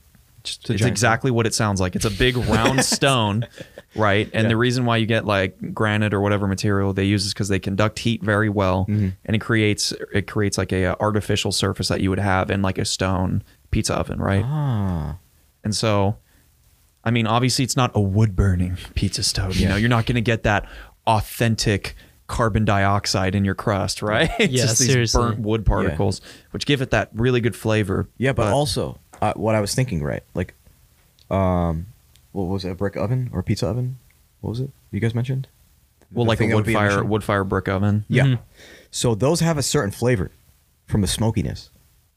B: Just,
C: a
B: it's
C: giant-
B: exactly what it sounds like. It's a big round stone, right? And
C: Yeah.
B: the reason why you get like granite or whatever material they use is because they conduct heat very well,
C: Mhm.
B: and it creates it creates like a, uh artificial surface that you would have in like a stone pizza oven, right?
C: Ah.
B: And so, I mean, obviously, it's not a wood burning pizza stove. You know, you're not going to get that authentic carbon dioxide in your crust, right? It's
A: Yeah,
B: just these
A: seriously.
B: burnt wood particles, which give it that really good flavor.
C: Yeah, but, also uh, what I was thinking, right? Like, um, what was it? A brick oven or pizza oven? What was it? You guys mentioned?
B: well,
C: The
B: like
C: thing
B: a
C: that would
B: wood
C: be
B: fire,
C: emission?
B: wood fire brick oven.
C: Yeah.
A: Mhm.
C: So those have a certain flavor from the smokiness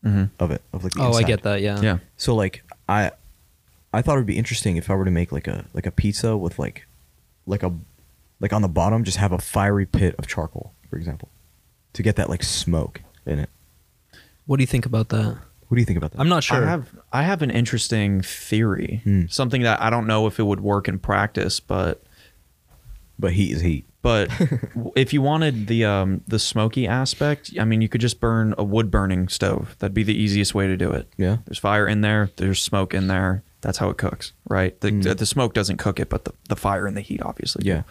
B: Mhm.
C: of it, of like the
A: Oh, I
C: inside.
A: get that. Yeah.
B: Yeah.
C: So like I, I thought it would be interesting if I were to make like a like a pizza with like, like a, like on the bottom just have a fiery pit of charcoal, for example, to get that like smoke in it.
A: What do you think about that?
C: What do you think about that?
A: I'm not sure.
B: I have I have an interesting theory,
C: Hmm.
B: something that I don't know if it would work in practice, but
C: But heat is heat.
B: but w- if you wanted the um the smoky aspect, I mean, you could just burn a wood burning stove. That'd be the easiest way to do it.
C: Yeah.
B: There's fire in there. There's smoke in there. That's how it cooks, right? The, the, the smoke doesn't cook it, but the, the fire and the heat, obviously. do.
C: Hmm. Yeah.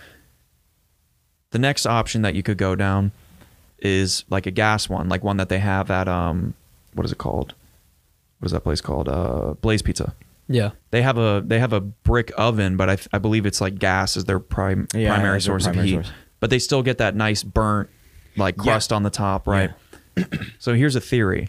B: The next option that you could go down is like a gas one, like one that they have at, um, what is it called? What is that place called? Uh, Blaze Pizza.
A: yeah.
B: They have a they have a brick oven, but I, I believe it's like gas is their prime
C: Yeah, yeah,
B: primary
C: their
B: source
C: primary
B: of heat.
C: source.
B: But they still get that nice burnt like crust on the top, right? so here's a theory: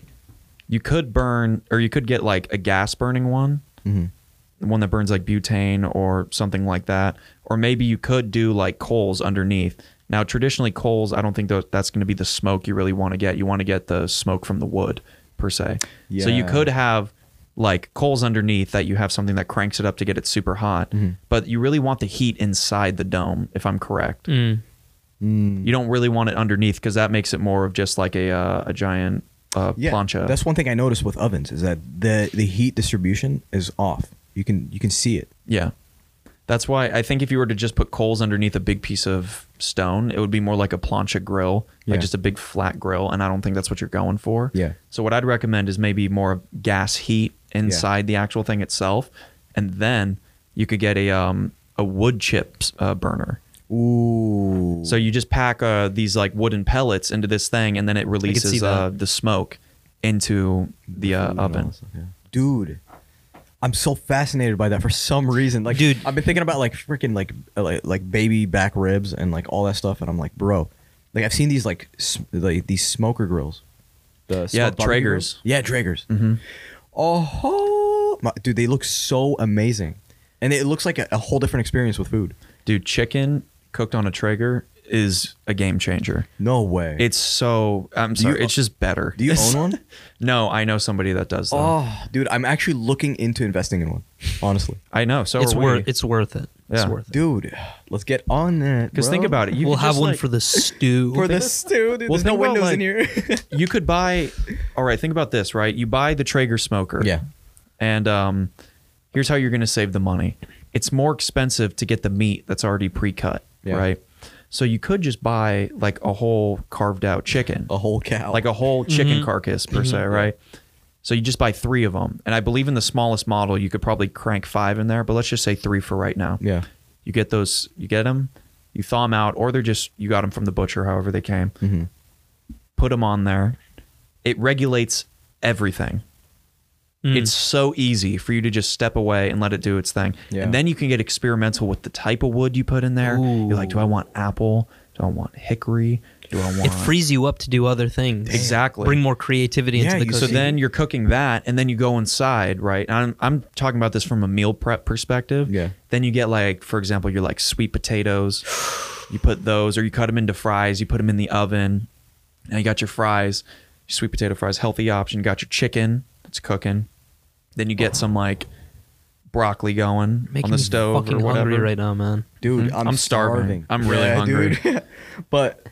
B: you could burn or you could get like a gas burning one,
C: Mm-hmm.
B: one that burns like butane or something like that, or maybe you could do like coals underneath. Now, traditionally, coals, I don't think tho- that's going to be the smoke you really want to get. You want to get the smoke from the wood per se. So you
C: Yeah.
B: could have like coals underneath that you have something that cranks it up to get it super hot,
C: Mm-hmm.
B: but you really want the heat inside the dome, if I'm correct.
A: Mm.
C: Mm-hmm.
B: You don't really want it underneath because that makes it more of just like a uh, a giant uh, plancha.
C: That's one thing I noticed with ovens is that the the heat distribution is off. You can you can see it.
B: Yeah. That's why I think if you were to just put coals underneath a big piece of stone, it would be more like a plancha grill,
C: Yeah.
B: like just a big flat grill. And I don't think that's what you're going for.
C: Yeah.
B: So what I'd recommend is maybe more of gas heat inside the actual thing itself, and then you could get a um a wood chips uh, burner.
C: Ooh.
B: So you just pack uh, these like wooden pellets into this thing, and then it
A: see
B: releases
A: that.
B: uh, the smoke into the uh, oven.
C: Dude, I'm so fascinated by that for some reason. Like,
A: Dude.
C: I've been thinking about like freaking like uh, like, like baby back ribs and like all that stuff, and I'm like, bro, like I've seen these like, s like these smoker grills. The
B: Yeah,
C: smoked barbecue
B: Traegers.
C: grills. Yeah, Traegers. Mm-hmm. Oh, my- dude, they look so amazing, and it looks like a, a whole different experience with food.
B: Dude, chicken cooked on a Traeger is a game changer.
C: No way.
B: It's so I'm
C: you
B: sorry. it's just better.
C: do you own one?
B: No, I know somebody that does. Though.
C: Oh, dude, I'm actually looking into investing in one. Honestly,
B: I know. So
A: it's
B: are we.
A: worth it's worth it. It's
B: Yeah.
A: worth it.
C: dude, let's get on that.
B: Because think about it. You
A: we'll
B: could
A: have
B: just,
A: one
B: like-
A: for the stew.
C: for this dude.
B: Well,
C: there's no
B: think about,
C: windows
B: like-
C: in here.
B: you could buy. All right, think about this. Right, you buy the Traeger smoker.
C: Yeah.
B: And um, here's how you're going to save the money. It's more expensive to get the meat that's already pre-cut.
C: Yeah.
B: Right. So you could just buy like a whole carved out chicken.
C: a whole cow.
B: like a whole chicken carcass per se, right? So you just buy three of them, and I believe in the smallest model you could probably crank five in there, but let's just say three for right now.
C: yeah.
B: You get those, you get them, you thaw them out, or they're just you got them from the butcher, however they came.
C: Mhm.
B: Put them on there. It regulates everything.
A: Mm.
B: It's so easy for you to just step away and let it do its thing.
C: Yeah.
B: And then you can get experimental with the type of wood you put in there. You're like, do I want apple? Do I want hickory? Do I want
A: it frees you up to do other things.
B: Exactly.
A: Bring more creativity
C: Yeah,
A: into
C: you
A: the
B: so
A: cooking.
B: then you're cooking that and then you go inside right And I'm, I'm talking about this from a meal prep perspective
C: Yeah.
B: then you get like for example you're like sweet potatoes you put those or you cut them into fries you put them in the oven now you got your fries your sweet potato fries healthy option you got your chicken it's cooking then you get some like broccoli going
A: Making
B: on the
A: me
B: stove
A: fucking
B: or whatever
A: hungry right now, man.
C: dude
B: Mhm.
C: I'm,
B: I'm starving.
C: starving.
B: I'm really hungry.
C: dude. but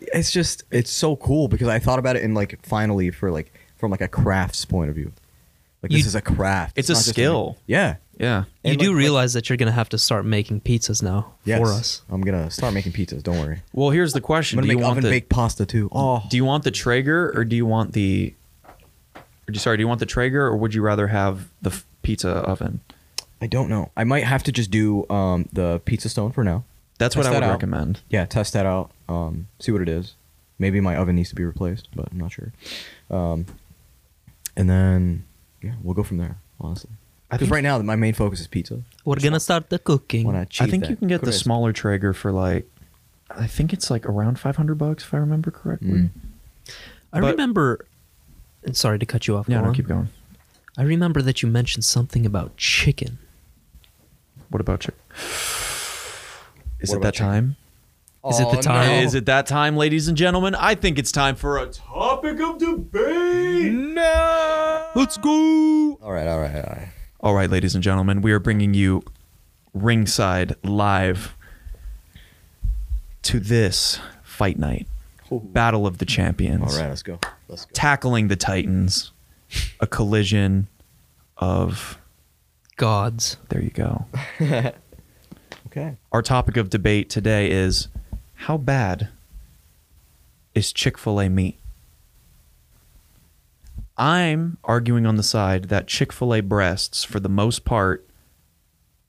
C: it's just it's so cool because i thought about it in like finally for like from like a crafts point of view like
A: You-
C: this is a craft
B: It's
C: not
B: a
C: just
B: skill.
C: yeah
B: yeah
C: And
A: you do
C: like-
A: realize that you're gonna have to start making pizzas now
C: yes.
A: for us.
C: i'm gonna start making pizzas don't worry
B: well here's the
C: i'm
B: question
C: gonna
B: do you
C: make
B: want
C: oven
B: the
C: baked pasta too oh
B: Do you want the Traeger or do you want the? Or do, sorry, do you want the Traeger or would you rather have the f- pizza oven?
C: i don't know i might have to just do um the pizza stone for now
B: That's what
C: Test
B: I would
C: that out.
B: recommend.
C: yeah test that out um see what it is maybe my oven needs to be replaced but i'm not sure um and then yeah we'll go from there honestly because right now my main focus is pizza
A: We're gonna start the cooking.
C: want to
B: I
C: achieve
B: think
C: that.
B: you can get the
C: Crisp.
B: smaller Traeger for like, I think it's like around five hundred bucks if I remember correctly.
C: Mm.
A: I
B: but-
A: remember. and Sorry to cut you off.
B: Yeah,
A: go
B: no,
A: on.
B: keep going.
A: I remember that you mentioned something about chicken.
B: What about you? Is
C: What
B: it
C: about
B: that
C: chicken?
B: time?
A: Is
C: Oh,
A: it the time?
B: Is it that time, ladies and gentlemen? I think it's time for a topic of debate. No. Let's go.
C: All right, all right, all right.
B: All right, ladies and gentlemen, we are bringing you ringside live to this fight night, Battle of the Champions,
C: All right, let's go. Let's go.
B: tackling the Titans, a collision of
A: Gods.
B: there you go.
C: Okay.
B: Our topic of debate today is how bad is Chick fil A meat? I'm arguing on the side that Chick fil A breasts, for the most part,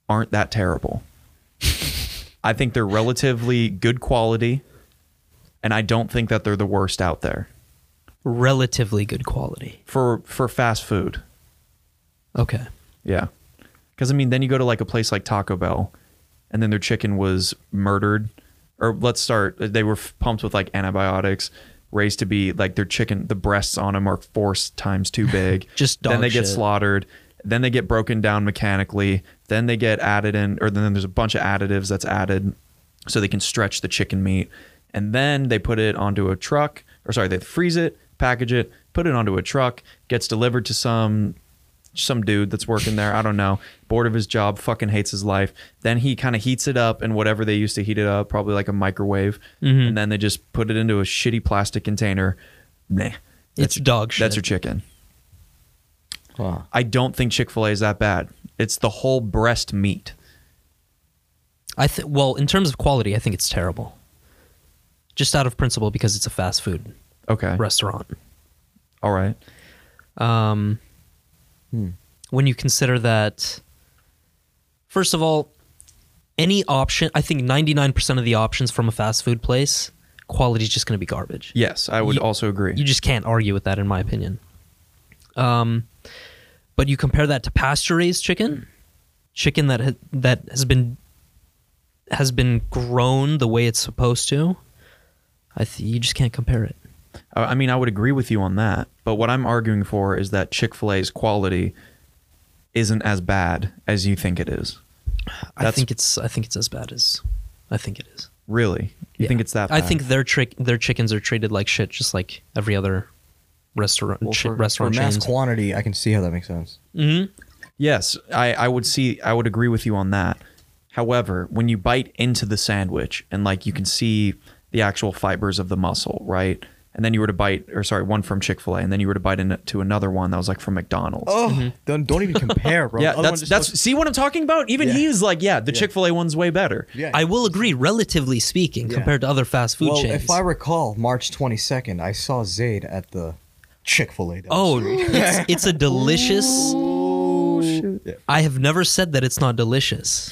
B: aren't that terrible. I think they're relatively good quality, and I don't think that they're the worst out there
A: Relatively good quality.
B: for, for fast food.
A: Okay.
B: Yeah. Because, I mean, then you go to like a place like Taco Bell and then their chicken was murdered. Or let's start, uh, they were f- pumped with like antibiotics, raised to be like their chicken, the breasts on them are four s- times too big.
A: Just
B: Then
A: dog
B: they get
A: shit.
B: slaughtered. Then they get broken down mechanically. Then they get added in, or then there's a bunch of additives that's added so they can stretch the chicken meat. And then they put it onto a truck, or sorry, they freeze it, package it, put it onto a truck, gets delivered to some some dude that's working there. I don't know. Bored of his job, fucking hates his life. Then he kind of heats it up and whatever they used to heat it up, probably like a microwave.
A: Mm-hmm.
B: And then they just put it into a shitty plastic container. Nah.
A: It's dog shit.
B: That's your chicken.
C: Huh.
B: I don't think Chick fil A is that bad. It's the whole breast meat.
A: I think. Well, in terms of quality, I think it's terrible. Just out of principle, because it's a fast food
B: Okay.
A: restaurant.
B: All right.
A: um,
C: Hmm.
A: when you consider that first of all any option i think 99% of the options from a fast food place quality is just going to be garbage
B: Yes, I would
A: You-
B: also agree.
A: you just can't argue with that in my opinion um, but you compare that to pasture raised chicken chicken that ha- that has been has been grown the way it's supposed to i th- you just can't compare it
B: I I mean, I would agree with you on that, but what I'm arguing for is that Chick fil A's quality isn't as bad as you think it is.
A: i
B: That's-
A: think it's i think it's as bad as i think it is
B: Really? You
A: Yeah.
B: think it's that?
A: I
B: bad?
A: think their trick their chickens are treated like shit, just like every other restaurant
C: Well,
A: chi-
C: for,
A: restaurant
C: for mass
A: chains.
C: quantity, I can see how that makes sense.
A: Mhm.
B: Yes, I, I would see I would agree with you on that. However, when you bite into the sandwich and like you can see the actual fibers of the muscle, right? And then you were to bite or sorry, one from Chick-fil-A and then you were to bite into another one that was like from McDonald's.
C: Oh,
A: Mm-hmm.
C: don't, don't even compare, bro.
B: yeah,
C: The other one
B: that's
C: just
B: that's
C: looks-
B: see what I'm talking about? Even
C: Yeah.
B: he is like, yeah, the Chick-fil-A one's way better.
C: yeah.
A: I will agree, relatively speaking, compared to other fast food
C: well,
A: chains.
C: if I recall, March 22nd, I saw Zayd at the Chick Fil A.
A: oh, it's, it's a delicious. I have never said that it's not delicious,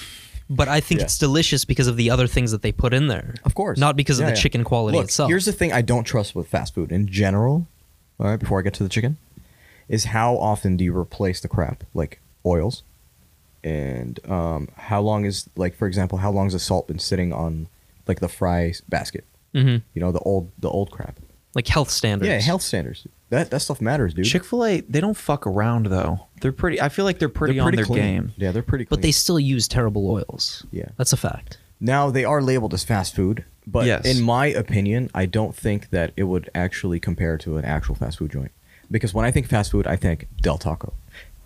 A: but I think
C: Yeah.
A: it's delicious because of the other things that they put in there.
C: Of course.
A: not because
C: Yeah,
A: of the
C: yeah.
A: chicken quality
C: Look,
A: itself.
C: Here's the thing I don't trust with fast food in general. All right, before I get to the chicken, is how often do you replace the crap like oils, and um, how long is like for example how long has the salt been sitting on like the fry basket?
A: Mhm.
C: You know the old the old crap.
A: like health standards.
C: Yeah, health standards. That that stuff matters, dude.
B: Chick-fil-A, they don't fuck around though. They're pretty I feel like they're pretty,
C: They're
B: on their
C: clean.
B: game.
C: Yeah, they're pretty. Clean.
A: but they still use terrible oils.
C: Yeah.
A: that's a fact.
C: Now they are labeled as fast food, but
B: Yes.
C: in my opinion, I don't think that it would actually compare to an actual fast food joint. Because when I think fast food, I think Del Taco,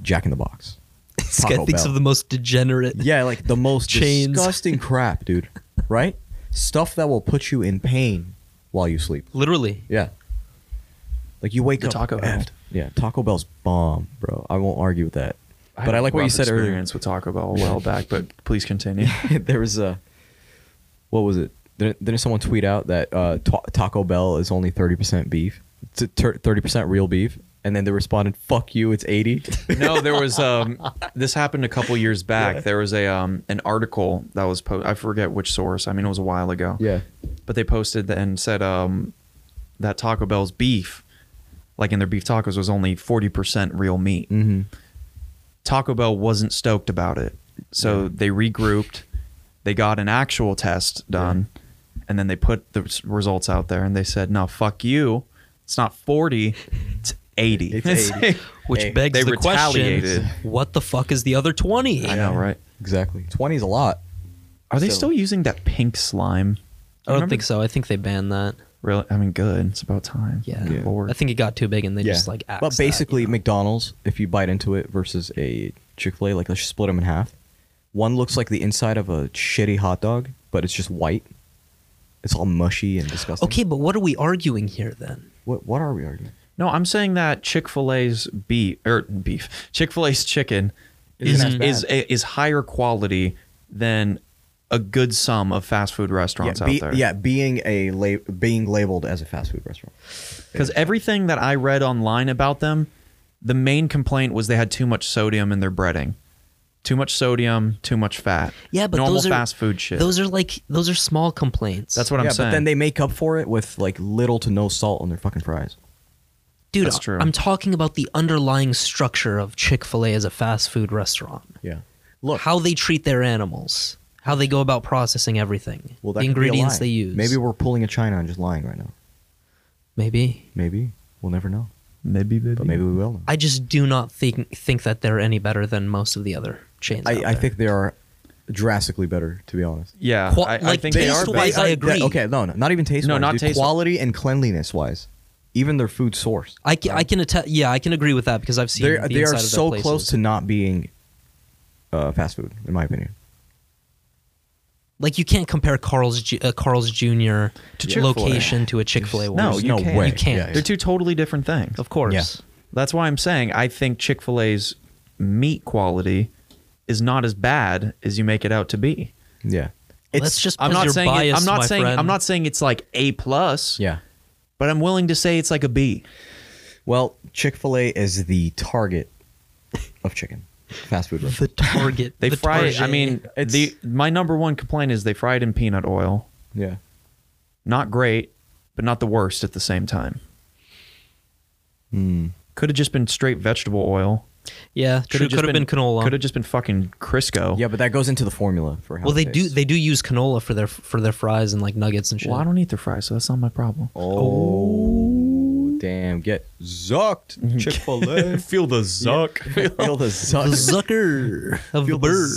C: Jack in the Box.
A: This guy thinks of the most degenerate.
C: Yeah, like the most
A: Chains.
C: disgusting crap, dude. Right? Stuff that will put you in pain while you sleep.
A: literally.
C: Yeah. Like you wake
B: The
C: up
B: Taco Bell.
C: effed. Yeah, Taco Bell's bomb, bro. I won't argue with that.
B: had
C: but I
B: a
C: like what you
B: rough
C: said earlier.
B: experience with Taco Bell a while back, but please continue.
C: there was a what was it? Didn't, didn't someone tweet out that uh, ta- Taco Bell is only thirty percent beef, thirty percent real beef, and then they responded, "Fuck you, it's 80
B: no, there was um this happened a couple years back. There was a um an article that was posted. I forget which source. I mean, it was a while ago.
C: Yeah.
B: But they posted that and said um that Taco Bell's beef like in their beef tacos was only 40% real meat.
C: Mm-hmm.
B: Taco Bell wasn't stoked about it. So they regrouped. They got an actual test done and then they put the s- results out there and they said, "No, fuck you. It's not 40, it's 80."
C: It's 80.
A: Which
C: Hey,
A: begs
B: they
A: the
B: retaliated.
A: question: What the fuck is the other twenty?
B: I know, right?
C: Exactly, twenty is a lot.
B: Are they
C: So-
B: still using that pink slime?
A: I don't
B: Remember-
A: think so. I think they banned that.
B: Really? I mean, good. It's about time.
A: Yeah.
B: Good Lord.
A: I think it got too big and they just like axed
C: but
A: that,
C: basically,
A: you know?
C: McDonald's, if you bite into it versus a Chick Fil A, like let's just split them in half. One looks like the inside of a shitty hot dog, but it's just white. It's all mushy and disgusting.
A: Okay, but what are we arguing here then?
C: what what are we arguing?
B: no, I'm saying that Chick Fil A's beef or beef, Chick Fil A's chicken is
C: Isn't as
B: is is higher quality than a good sum of fast food restaurants
C: Yeah,
B: out
C: be-
B: there.
C: yeah, being a la- being labeled as a fast food restaurant.
B: because everything that I read online about them, the main complaint was they had too much sodium in their breading, too much sodium, too much fat.
A: Yeah, but
B: normal
A: those are
B: fast food shit.
A: Those are like those are small complaints.
B: That's what I'm
C: yeah,
B: saying.
C: but then they make up for it with like little to no salt on their fucking fries.
A: dude.
B: That's true.
A: I'm talking about the underlying structure of Chick Fil A as a fast food restaurant.
C: Yeah. Look,
A: how they treat their animals, how they go about processing everything,
C: well, that
A: the
C: could be a
A: ingredients
C: lie.
A: they use.
C: Maybe we're pulling a China and just lying right now.
A: maybe.
C: Maybe we'll never know,
B: maybe, maybe,
C: but maybe we will know.
A: I just do not think think that they're any better than most of the other chains. out
C: I, I
A: there.
C: think they are drastically better, to be honest.
B: Yeah,
A: Qua-
B: I, I
A: like
B: think they are.
A: taste-wise, I
B: better.
C: Like,
A: agree.
C: that- okay, no, no, not even taste.
B: No,
C: wise,
B: not
C: dude,
B: taste-
C: quality and cleanliness wise, even their food source.
A: I can, I can attest. Yeah, I can agree with that because I've seen
C: They
A: the inside
C: they are
A: of their
C: so
A: places.
C: close to not being uh, fast food, in my opinion.
A: like you can't compare Carl's Ju- uh, Carl's Jr.
B: Chick-fil-A.
A: location to a Chick Fil A.
B: No,
C: There's
B: you
C: no
B: can't.
C: way.
A: You can't.
C: Yeah, yeah.
B: They're two totally different things.
A: of course.
C: Yeah.
B: That's why I'm saying I think Chick fil A's meat quality is not as bad as you make it out to be.
C: Yeah.
A: Let's just.
B: I'm
A: put
B: not
A: your
B: saying it-
A: bias,
B: I'm not
A: my
B: saying
A: friend.
B: I'm not saying it's like A plus,
C: Yeah.
B: but I'm willing to say it's like a B.
C: Well, Chick Fil A is the target of chicken fast food.
A: the target.
B: They
A: the
B: fry it. I
A: target.
B: mean,
C: It's-
B: the my number one complaint is they fry it in peanut oil.
C: Yeah.
B: Not great, but not the worst at the same time.
C: Hmm.
B: Could have just been straight vegetable oil.
A: yeah, true. Could have been, canola.
B: Could have just been fucking Crisco.
C: Yeah, but that goes into the formula for how.
A: well,
C: it
A: they do.
C: tastes.
A: They do use canola for their for their fries and like nuggets and shit.
B: Well, I don't eat their fries, so that's not my problem.
C: oh, damn! Get zucked, Chick Fil A.
B: Feel the zuck.
C: Feel the zuck.
A: the Zucker of
C: Feel
A: the
C: the
A: bird.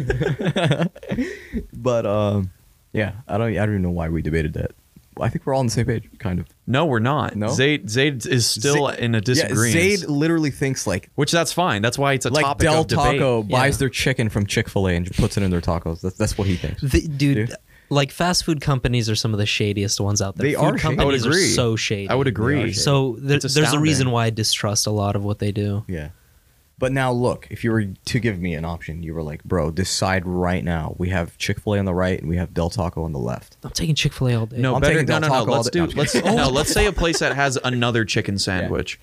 C: zuckery. but um, Yeah, I don't. I don't even know why we debated that. I think we're all on the same page, kind of.
B: No, we're not.
C: No?
B: Zayd Zayd is still
C: Zayd-
B: in a disagreement.
C: Yeah, Zayd literally thinks like
B: which that's fine. That's why it's a
C: like
B: topic
C: Del
B: of debate.
C: Taco buys
A: Yeah.
C: their chicken from Chick Fil A and puts it in their tacos. That's that's what he thinks.
A: The, dude,
C: Dude.
A: like fast food companies are some of the shadiest ones out there.
C: They
A: Food
C: are shady. I would
A: companies are
B: agree.
A: so shady.
B: I would
C: Yeah,
B: agree.
C: okay.
A: So there,
B: It's
A: there's a
B: astounding.
A: reason why I distrust a lot of what they do.
C: Yeah. But now look, if you were to give me an option, you were like, bro, decide right now. We have Chick Fil A on the right and we have Del Taco on the left.
A: I'm taking Chick Fil A all day.
B: no,
C: I'm
B: better
C: taking
B: no no
C: Del
B: no.
C: Taco all
B: Let's
C: day. No,
B: do
C: I'm
B: let's
C: kidding.
B: no. Let's say a place that has another chicken sandwich.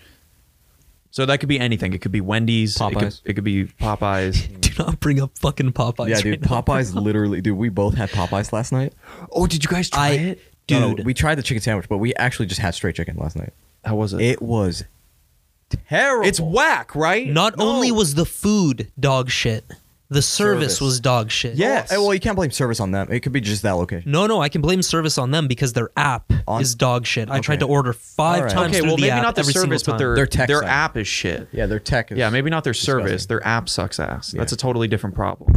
B: So that could be anything. It could be Wendy's. It could,
C: Popeyes.
B: it could be Popeyes.
A: do not bring up fucking Popeyes.
C: yeah,
A: right
C: dude.
A: now.
C: Popeyes literally, dude. We both had Popeyes last night.
B: oh, did you guys try
A: I,
B: it?
A: dude,
C: No, no, we tried the chicken sandwich, but we actually just had straight chicken last night.
B: How was it?
C: It was terrible.
B: it's whack, right?
A: not
B: No.
A: only was the food dog shit, the service,
B: Service.
A: was dog shit.
B: Yeah.
C: Oh, eh, Well, well, you can't blame service on them. It could be just that location.
A: No, no, I can blame service on them because their app
C: On-
A: is dog shit. I tried
C: Okay.
A: to order five
C: All right.
A: times
B: okay,
A: through
B: well
A: the
B: maybe
A: app
B: not the
A: every single
B: service, but
A: time.
B: their
C: Their tech side.
B: app is shit.
C: Yeah, their tech is
B: Yeah, maybe not their
C: disgusting.
B: service. Their app sucks ass.
C: Yeah.
B: That's a totally different problem.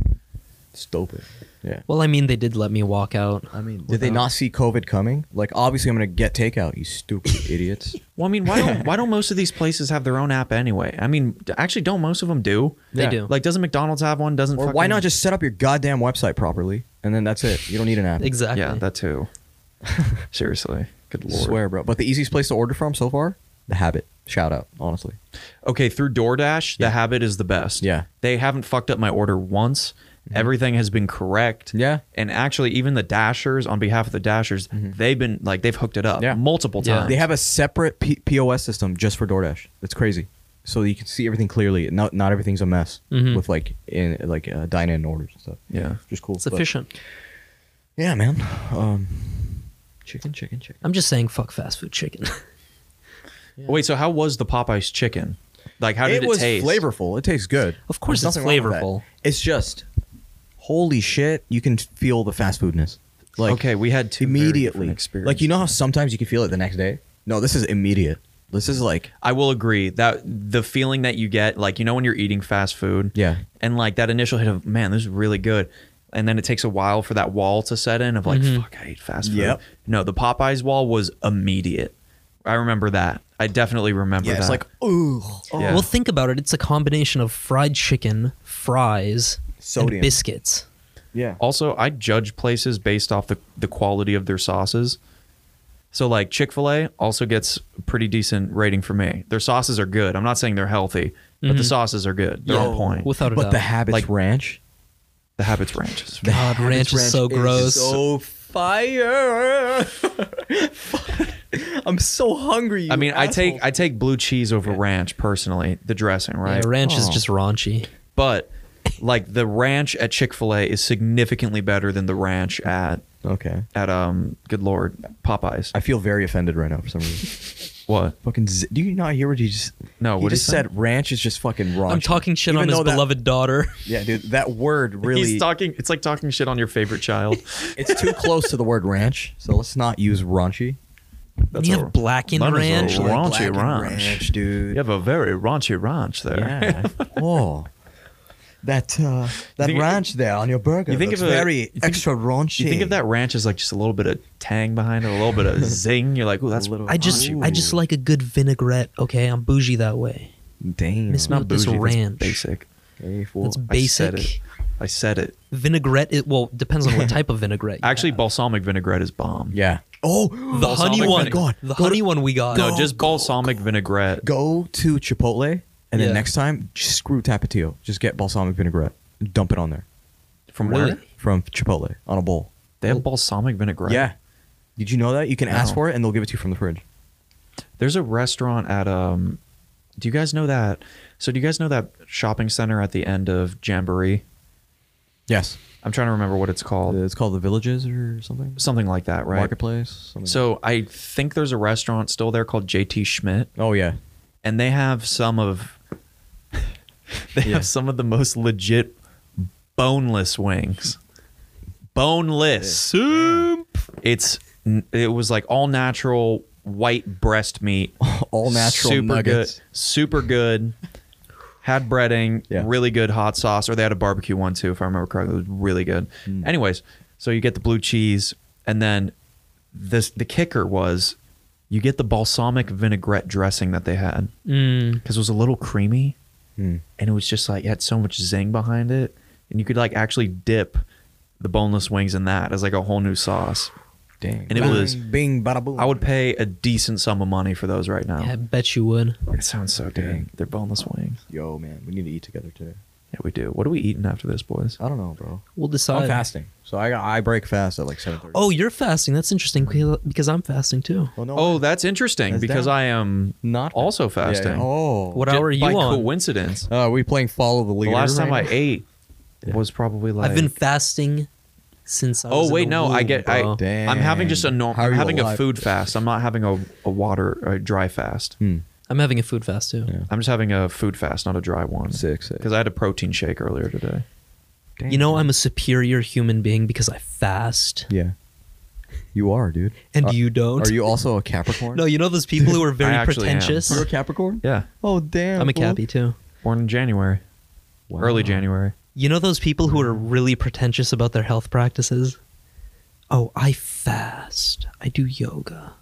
C: stupid. Yeah.
A: Well, I mean, they did let me walk out. I mean,
C: Did they not see COVID coming? Like, obviously, I'm gonna get takeout. You stupid idiots.
B: Well, I mean, why don't why don't most of these places have their own app anyway? I mean, d- actually, don't most of them do?
A: They do.
B: Like, doesn't McDonald's have one? Doesn't
C: Or
B: fucking,
C: why not just set up your goddamn website properly, and then that's it. You don't need an app.
A: Exactly.
B: yeah that too? Seriously, good lord.
C: Swear, bro. But the easiest place to order from so far, the Habit. Shout out, honestly.
B: Okay, through DoorDash, the habit is the best.
C: Yeah. Mm-hmm.
B: they haven't fucked up my order once. Everything has been correct.
C: Yeah. Mm-hmm.
B: and actually, even the Dashers, on behalf of the Dashers, they've been like they've hooked it up
C: Yeah.
B: multiple
A: Yeah.
B: times.
C: They have a separate P- POS system just for DoorDash. It's crazy. So you can see everything clearly. Not not everything's a mess
A: Mhm.
C: with like in like uh, dine in orders and stuff.
B: Yeah.
C: just cool.
A: It's
C: But-
A: efficient.
C: Yeah, man. Um, chicken, chicken, chicken.
A: I'm just saying, fuck fast food chicken.
B: Wait, so how was the Popeyes chicken? Like, how did it,
C: was
B: taste?
C: flavorful. It tastes good.
A: Of course
C: There's
A: it's
C: nothing wrong with
A: flavorful.
C: that. It's just holy shit. You can feel the fast foodness. Like
B: Okay, we had two very
C: immediately.
B: different experiences.
C: Like you know how sometimes you can feel it the next day. No, this is immediate. This is like
B: I will agree that the feeling that you get, like you know, when you're eating fast food,
C: Yeah.
B: and like that initial hit of man, this is really good, and then it takes a while for that wall to set in of like, fuck, I hate fast food.
C: Mm-hmm. Yep.
B: No, the Popeyes wall was immediate. I remember that. I definitely remember
C: yeah.
B: that.
C: It's like ooh, oh,
B: Yeah.
A: Well, think about it. It's a combination of fried chicken, fries,
C: Sodium.
A: and biscuits.
C: yeah.
B: also, I judge places based off the the quality of their sauces. So like Chick Fil A also gets a pretty decent rating for me. Their sauces are good. I'm not saying they're healthy, but
C: Mm-hmm.
B: the sauces are good. They're on
A: Yeah.
B: point.
A: Without a
C: but
A: doubt.
C: the habits
B: Like-
C: ranch.
B: the Habits Ranch is
C: The
A: God,
C: Habits
A: ranch is so gross.
C: so fire. I'm so hungry. you
B: I mean, I
C: asshole.
B: take I take blue cheese over ranch personally, the dressing, right?
A: Yeah, ranch
C: Oh.
A: is just raunchy.
B: But like the ranch at Chick Fil A is significantly better than the ranch at
C: okay.
B: at um good lord Popeyes.
C: I feel very offended right now for some reason.
B: what?
C: Fucking, z- do you not hear what he just?
B: No,
C: he
B: what he
C: just
B: said?
C: said. Ranch is just fucking raw.
A: I'm talking shit
C: Even
A: on his
C: though that-
A: beloved daughter.
C: Yeah, dude, that word really.
B: He's talking. It's like talking shit on your favorite child.
C: it's too close to the word ranch, so let's not use raunchy.
B: That's
A: you
B: a-
A: have blackened
B: mine
A: ranch.
B: is a ra-
A: like-
B: Raunchy
C: Blackened
B: ranch.
C: dude.
B: you have a very raunchy ranch there.
C: Yeah. oh. That uh, that
B: think-
C: ranch there on your burger.
B: You think
C: looks
B: of a-
C: very
B: you think-
C: extra raunchy.
B: You think of that ranch as like just a little bit of tang behind it, a little bit of zing. You're like, oh, that's
C: little-
A: I just, I just
C: Ooh.
A: like a good vinaigrette. Okay, I'm bougie that way.
C: Damn.
A: Miss
B: not
A: Not this
B: bougie, that's
A: ranch.
B: basic.
C: Hey, fool.
A: That's
B: I said
A: basic.
B: it. I said it.
A: Vinaigrette. It, well, depends on what type of vinaigrette. you
B: Actually,
A: have.
B: balsamic vinaigrette is bomb.
C: yeah. Oh,
A: the honey
B: balsamic
A: one.
B: vinegar.
C: God.
A: The
C: Go
A: honey
C: to-
A: one we got.
B: no, just balsamic vinaigrette.
C: go to Chipotle, and
A: Yeah.
C: then next time, just screw Tapatio. Just get balsamic vinaigrette. and Dump it on there
B: From
A: Really?
B: where?
C: from Chipotle on a bowl.
B: They have balsamic vinaigrette.
C: Yeah. Did you know that? You can ask
B: No.
C: for it, and they'll give it to you from the fridge.
B: There's a restaurant at um do you guys know that so do you guys know that shopping center at the end of Jamboree?
C: Yes.
B: I'm trying to remember what it's called.
C: It's called the Villages or something.
B: Something like that, right?
C: Marketplace. Something.
B: So I think there's a restaurant still there called JT Schmidt
C: oh yeah.
B: and they have some of they
C: Yeah.
B: have some of the most legit boneless wings. Boneless. Soup. It's it was like all natural white breast meat.
C: All natural
B: super
C: nuggets.
B: good, super good. Had breading,
C: Yeah. Mm.
B: really good hot sauce, or they had a barbecue one too, if I remember correctly. It was really good. Anyways, So you get the blue cheese, and then this the kicker was you get the balsamic vinaigrette dressing that they had
A: Mm.
B: because it was a little creamy,
C: Hmm.
B: and it was just like it had so much zing behind it, and you could like actually dip the boneless wings in that as like a whole new sauce.
C: Dang.
B: And it was-
C: Bing, bada boom.
B: I would pay a decent sum of money for those right now.
A: Yeah, I bet you would.
B: It sounds so good. They're boneless wings.
C: Yo, man, we need to eat together today.
B: Yeah, we do. What are we eating after this, boys?
C: I don't know, bro.
A: We'll decide.
C: I'm fasting, so I got I break fast at like seven thirty.
A: Oh, you're fasting. That's interesting because- because I'm fasting too.
C: no!
B: Oh,
C: I'm
B: that's interesting
C: That's
B: because
C: down.
B: I am
C: not
B: also
C: Yeah, yeah.
B: fasting.
C: Oh,
A: What
B: Ju-
A: hour are you
B: by
A: on?
B: coincidence.
C: Uh, are we playing follow the
B: The
C: leader?
B: last time
C: right
B: I ate was probably like
A: I've been fasting since. I was
B: Oh
A: in
B: wait,
A: the
B: no, I
A: womb,
B: get
A: bro.
B: I
C: Dang.
B: I'm having just a normal
C: How are
B: I'm
C: you
B: having a
C: alive?
B: food fast. I'm not having a, a water a dry fast.
A: I'm having a food fast too.
C: Yeah.
B: I'm just having a food fast, not a dry one.
C: Sick, sick.
B: Because I had a protein shake earlier today.
C: Damn.
A: You know, I'm a superior human being because I fast,
C: Yeah, you are, dude.
A: and
B: Uh,
C: Are-
A: you don't.
C: Are you also a Capricorn?
A: No, you know those people who are very
B: actually am.
A: pretentious.
C: you're a Capricorn.
B: Yeah.
C: Oh damn!
A: I'm a
C: fool.
A: cappy too.
B: Born in January.
C: Wow.
B: Early January.
A: You know those people who are really pretentious about their health practices? Oh, I fast. I do yoga.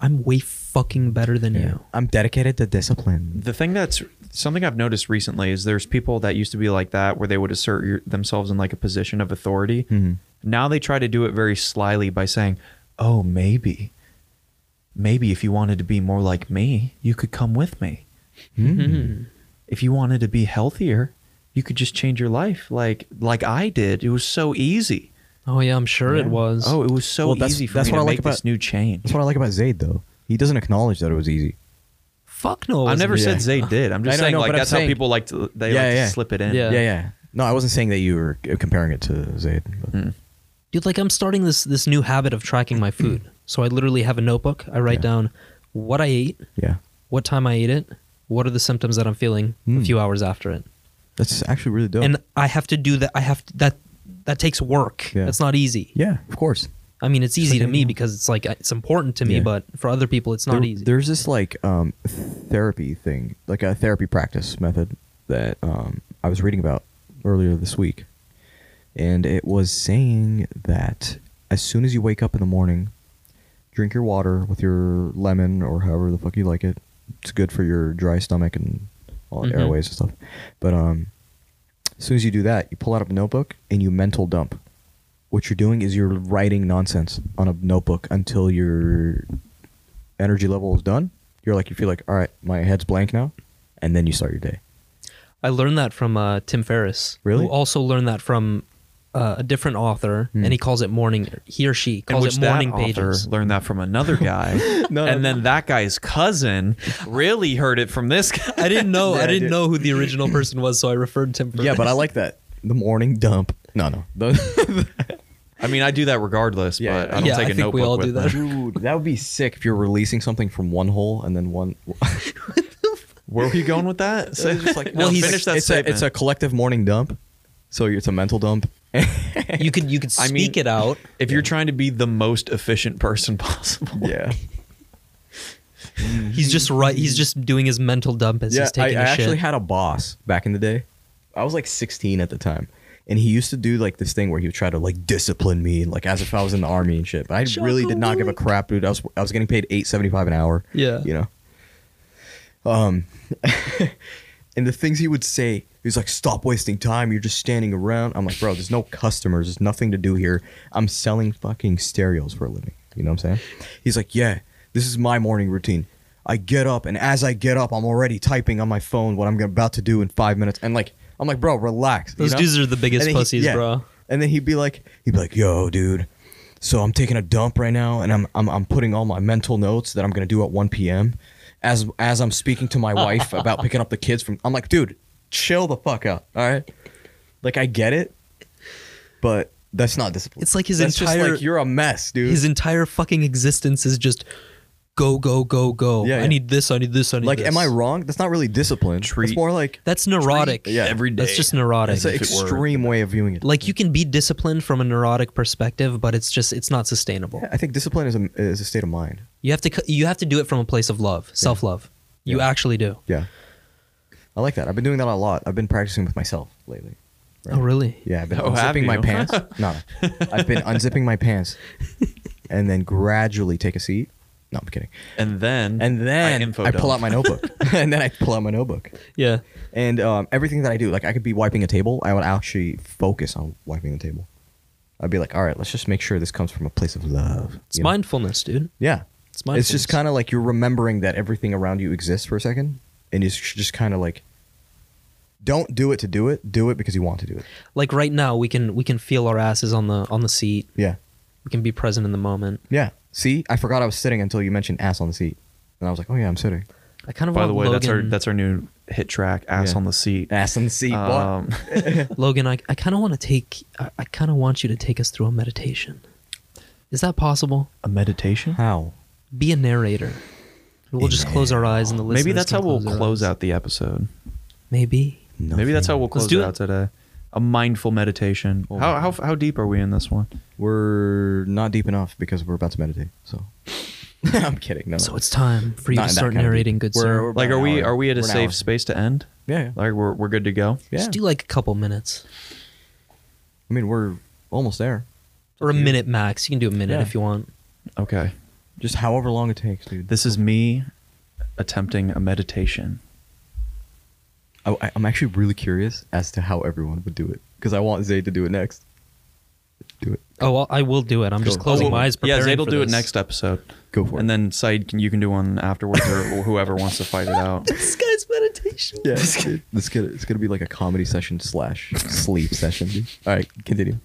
A: I'm way fucking better than
C: Yeah.
A: you.
C: I'm dedicated to discipline.
B: The thing that's something I've noticed recently is there's people that used to be like that where they would assert your, themselves in like a position of authority.
C: Mhm.
B: Now they try to do it very slyly by saying, "Oh, maybe, maybe if you wanted to be more like me, you could come with me.
C: Hmm.
A: Mm-hmm. Hmm.
B: If you wanted to be healthier, you could just change your life, like like I did. It was so easy.
A: Oh yeah, I'm sure it was.
B: Oh, it was so
C: Well, that's-
B: easy for
C: that's
B: me
C: what
B: to
C: I like
B: make this
C: about-
B: new change.
C: That's what I like about Zayd, though. He doesn't acknowledge that it was easy.
A: fuck no. it
B: I've
A: wasn't.
B: never said Zay did. I'm just
C: I know, I
B: saying
C: know,
B: like
C: but I'm
B: that's how
C: saying-
B: people like to they
C: Yeah,
B: like
C: yeah.
B: to slip it in.
A: Yeah.
C: Yeah, yeah. No, I wasn't saying that you were uh, comparing it to Zayd. But
A: Dude, like I'm starting this this new habit of tracking my food. so I literally have a notebook. I write down what I ate,
C: Yeah,
A: what time I ate it, what are the symptoms that I'm feeling a
B: Hmm.
C: Mm.
A: few hours after it.
C: that's actually really dope.
A: And I have to do that I have to, that that takes work.
C: Yeah.
A: That's not easy.
C: yeah, of course.
A: I mean, it's easy to
C: like
A: me
C: anything else.
A: because it's like it's important to me,
C: Yeah.
A: but for other people, it's not
C: There-
A: easy.
C: There's this like um, therapy thing, like a therapy practice method that um, I was reading about earlier this week, and it was saying that as soon as you wake up in the morning, drink your water with your lemon or however the fuck you like it. It's good for your dry stomach and all the
A: Mhm.
C: airways and stuff. But um, as soon as you do that, you pull out a notebook and you mental dump. What you're doing is you're writing nonsense on a notebook until your energy level is done. You're like you feel like all right, my head's blank now, and then you start your day.
A: I learned that from uh, Tim Ferriss.
C: Really?
A: Who also learned that from uh, a different author,
C: Hmm.
A: and he calls it morning. He or she
B: In
A: calls
B: which
A: it
B: that
A: morning
B: author
A: pages.
B: learned that from another guy,
C: No, no,
B: and then that guy's cousin really heard it from this guy.
A: I didn't know.
C: Yeah,
A: I
C: I
A: didn't
C: did.
A: know who the original person was, so I referred Tim. Ferriss.
C: Yeah, but I like that the morning dump. No, no, The-
B: I mean, I do that regardless,
C: Yeah,
B: but
C: yeah.
B: I don't
A: Yeah,
B: take
A: I
B: a
A: think
B: notebook
A: we all
B: with
A: do
B: me.
A: that.
C: dude, that would be sick if you're releasing something from one hole and then one.
B: Where were you going with that? So,
C: It's just like-
B: well,
A: No,
B: he's
A: finish
B: finish that
C: it's
B: statement.
C: A, it's a collective morning dump, so it's a mental dump.
A: you could you could speak
B: I mean-
A: it out.
B: if you're trying to be the most efficient person possible,
C: yeah.
A: He's just right. He's just doing his mental dump as
C: Yeah,
A: he's
C: I, I
A: taking a
C: actually
A: shit.
C: had a boss back in the day. I was like 16 at the time, and he used to do like this thing where he would try to like discipline me, and like as if I was in the army and shit. But I really did not give a
A: Chocolate.
C: crap, dude. I was I was getting paid 8.75 an hour.
A: Yeah.
C: you know. Um, and the things he would say, he's like, "Stop wasting time. You're just standing around." I'm like, "Bro, there's no customers. There's nothing to do here. I'm selling fucking stereos for a living." You know what I'm saying? He's like, "Yeah, this is my morning routine. I get up, and as I get up, I'm already typing on my phone what I'm about to do in five minutes." And like, I'm like, "Bro, relax." you
A: Those
C: know?
A: dudes are the biggest
C: And then he-
A: pussies,
C: yeah.
A: bro.
C: And then he'd be like, he'd be like, "Yo, dude." So I'm taking a dump right now, and I'm I'm, I'm putting all my mental notes that I'm gonna do at 1 p.m. as as I'm speaking to my wife about picking up the kids from. I'm like, dude, chill the fuck out, all right? Like I get it, but that's not discipline.
A: It's like his
C: That's just
A: entire-
C: like you're a mess, dude.
A: His entire fucking existence is just go go go go.
C: Yeah,
A: I
C: yeah.
A: need this. I need this. I need
C: like,
A: this.
C: am I wrong? That's not really discipline.
B: Treat-
C: it's more like
A: That's neurotic.
C: Yeah. every
A: That's just neurotic.
C: it's an
B: if it were-
C: extreme way of viewing it.
A: like you can be disciplined from a neurotic perspective, but it's just it's not sustainable.
C: I think discipline is a is a state of mind.
A: You have to c- you have to do it from a place of love, self love. You
C: Yeah.
A: actually do.
C: Yeah, I like that. I've been doing that a lot. I've been practicing with myself lately. Right?
A: Oh, really?
C: Yeah, I've been
B: Oh, have
C: unzipping my
B: you?
C: pants. No, I've been unzipping my pants, and then gradually take a seat. No, I'm kidding.
B: And then
C: And then I,
B: info
C: pull
B: dump.
C: out my notebook, and then I pull out my notebook,
A: Yeah.
C: and um, everything that I do, like I could be wiping a table, I would actually focus on wiping the table. I'd be like, all right, let's just make sure this comes from a place of love.
A: It's
C: you know?
A: mindfulness, dude.
C: Yeah.
A: It's
C: It's just
A: mindfulness.
C: kind of like you're remembering that everything around you exists for a second, and it's just kind of like, don't do it to do it. Do it because you want to do it.
A: Like right now, we can we can feel our asses on the on the seat.
C: Yeah.
A: We can be present in the moment.
C: Yeah. See, I forgot I was sitting until you mentioned ass on the seat, and I was like, oh yeah, I'm sitting.
A: I kind of
B: By
A: want
B: the way, that's our
A: Logan.
B: that's our new hit track, ass
C: Yeah.
B: on the seat.
C: Ass on the seat. what?
B: Um,
A: Logan, I, I kind of want to take, I, I kind of want you to take us through a meditation. Is that possible?
B: a meditation.
C: How?
A: Be a narrator. We'll just close our eyes and the listeners
B: Maybe that's
A: can
B: how we'll
A: their
B: close
A: eyes.
B: out the episode.
A: Maybe.
B: Maybe that's how we'll close
A: do
B: it
A: it.
B: out today. A mindful meditation.
C: Oh,
B: how
C: wow.
B: how how deep are we in this one?
C: we're not deep enough because we're about to meditate. So I'm kidding. No.
A: So
C: no.
A: it's time for you
C: Not
A: to
C: that
A: start
C: kind of
A: narrating,
C: deep.
A: good
C: We're-
A: sir.
C: we're-
B: Like,
C: About
B: are
C: an
B: we
C: hour.
B: are we at a
C: We're an hour.
B: safe space to end?
C: yeah. yeah.
B: Like we're we're good to go.
C: yeah.
A: Just do like a couple minutes
C: I mean, we're almost there.
A: or a minute max. You can do a minute
C: Yeah.
A: if you want.
B: Okay.
C: Just however long it takes, dude.
B: This is me attempting a meditation.
C: I, I- I'm actually really curious as to how everyone would do it because I want Zay to do it next. Do it.
A: Oh, well, I will do it. I'm just
C: Cool.
A: closing
C: Oh,
A: my eyes.
B: yeah,
A: preparing
B: Zade'll
A: for
B: do it
A: this.
B: next episode.
C: Go for
B: And
C: it.
B: then Said, can, you can do one afterwards, or whoever wants to fight it out.
A: This guy's meditation.
C: Yeah, it's good. It's gonna it's gonna be like a comedy session slash sleep session. dude. All right, continue.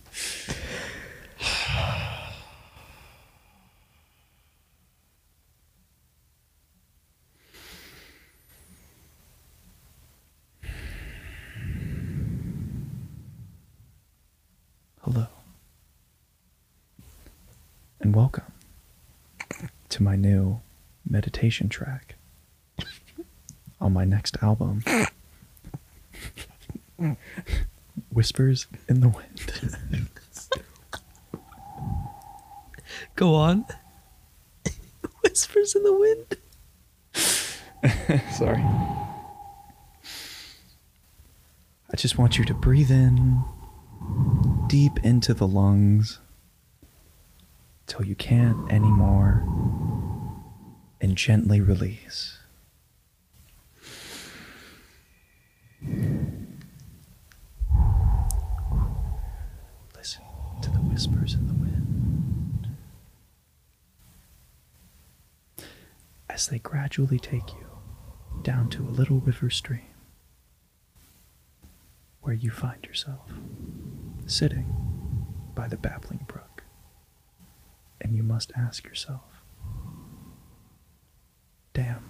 B: Hello. And welcome to my new meditation track on my next album Whispers in the Wind.
A: Go on. Whispers in the wind.
B: Sorry. I just want you to breathe in deep into the lungs till you can't anymore and gently release. Listen to the whispers in the wind as they gradually take you down to a little river stream where you find yourself sitting by the babbling brook. And you must ask yourself, damn,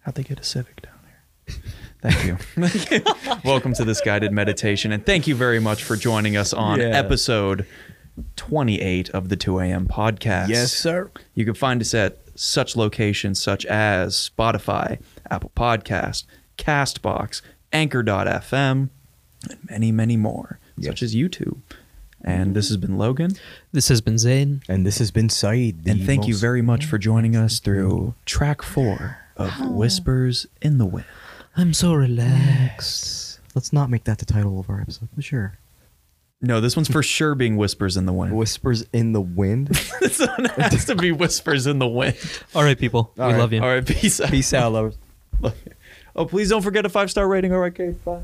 B: how'd they get a civic down here? Thank you. Welcome to this guided meditation, and thank you very much for joining us on
C: Yeah.
B: episode 28 of the 2 a.m. podcast.
C: sir.
B: You can find us at such locations such as Spotify, Apple Podcast, Castbox, Anchor.fm, and many, many more,
C: Yes.
B: such as YouTube. And this has been Logan.
A: This has been Zayn.
C: And this has been Saeed. the
B: and thank you
C: most-
B: very much for joining us through track four of Whispers in the Wind.
A: I'm so relaxed.
C: Let's not make that the title of our episode, but sure.
B: No, this one's for sure being Whispers in the Wind.
C: Whispers in the wind.
B: this one has to be Whispers in the Wind.
A: All right, people.
C: All
A: we
C: right.
A: love you.
B: All right, peace out.
C: Peace out, lovers.
B: Oh, please don't forget a five star rating. All right, okay, bye.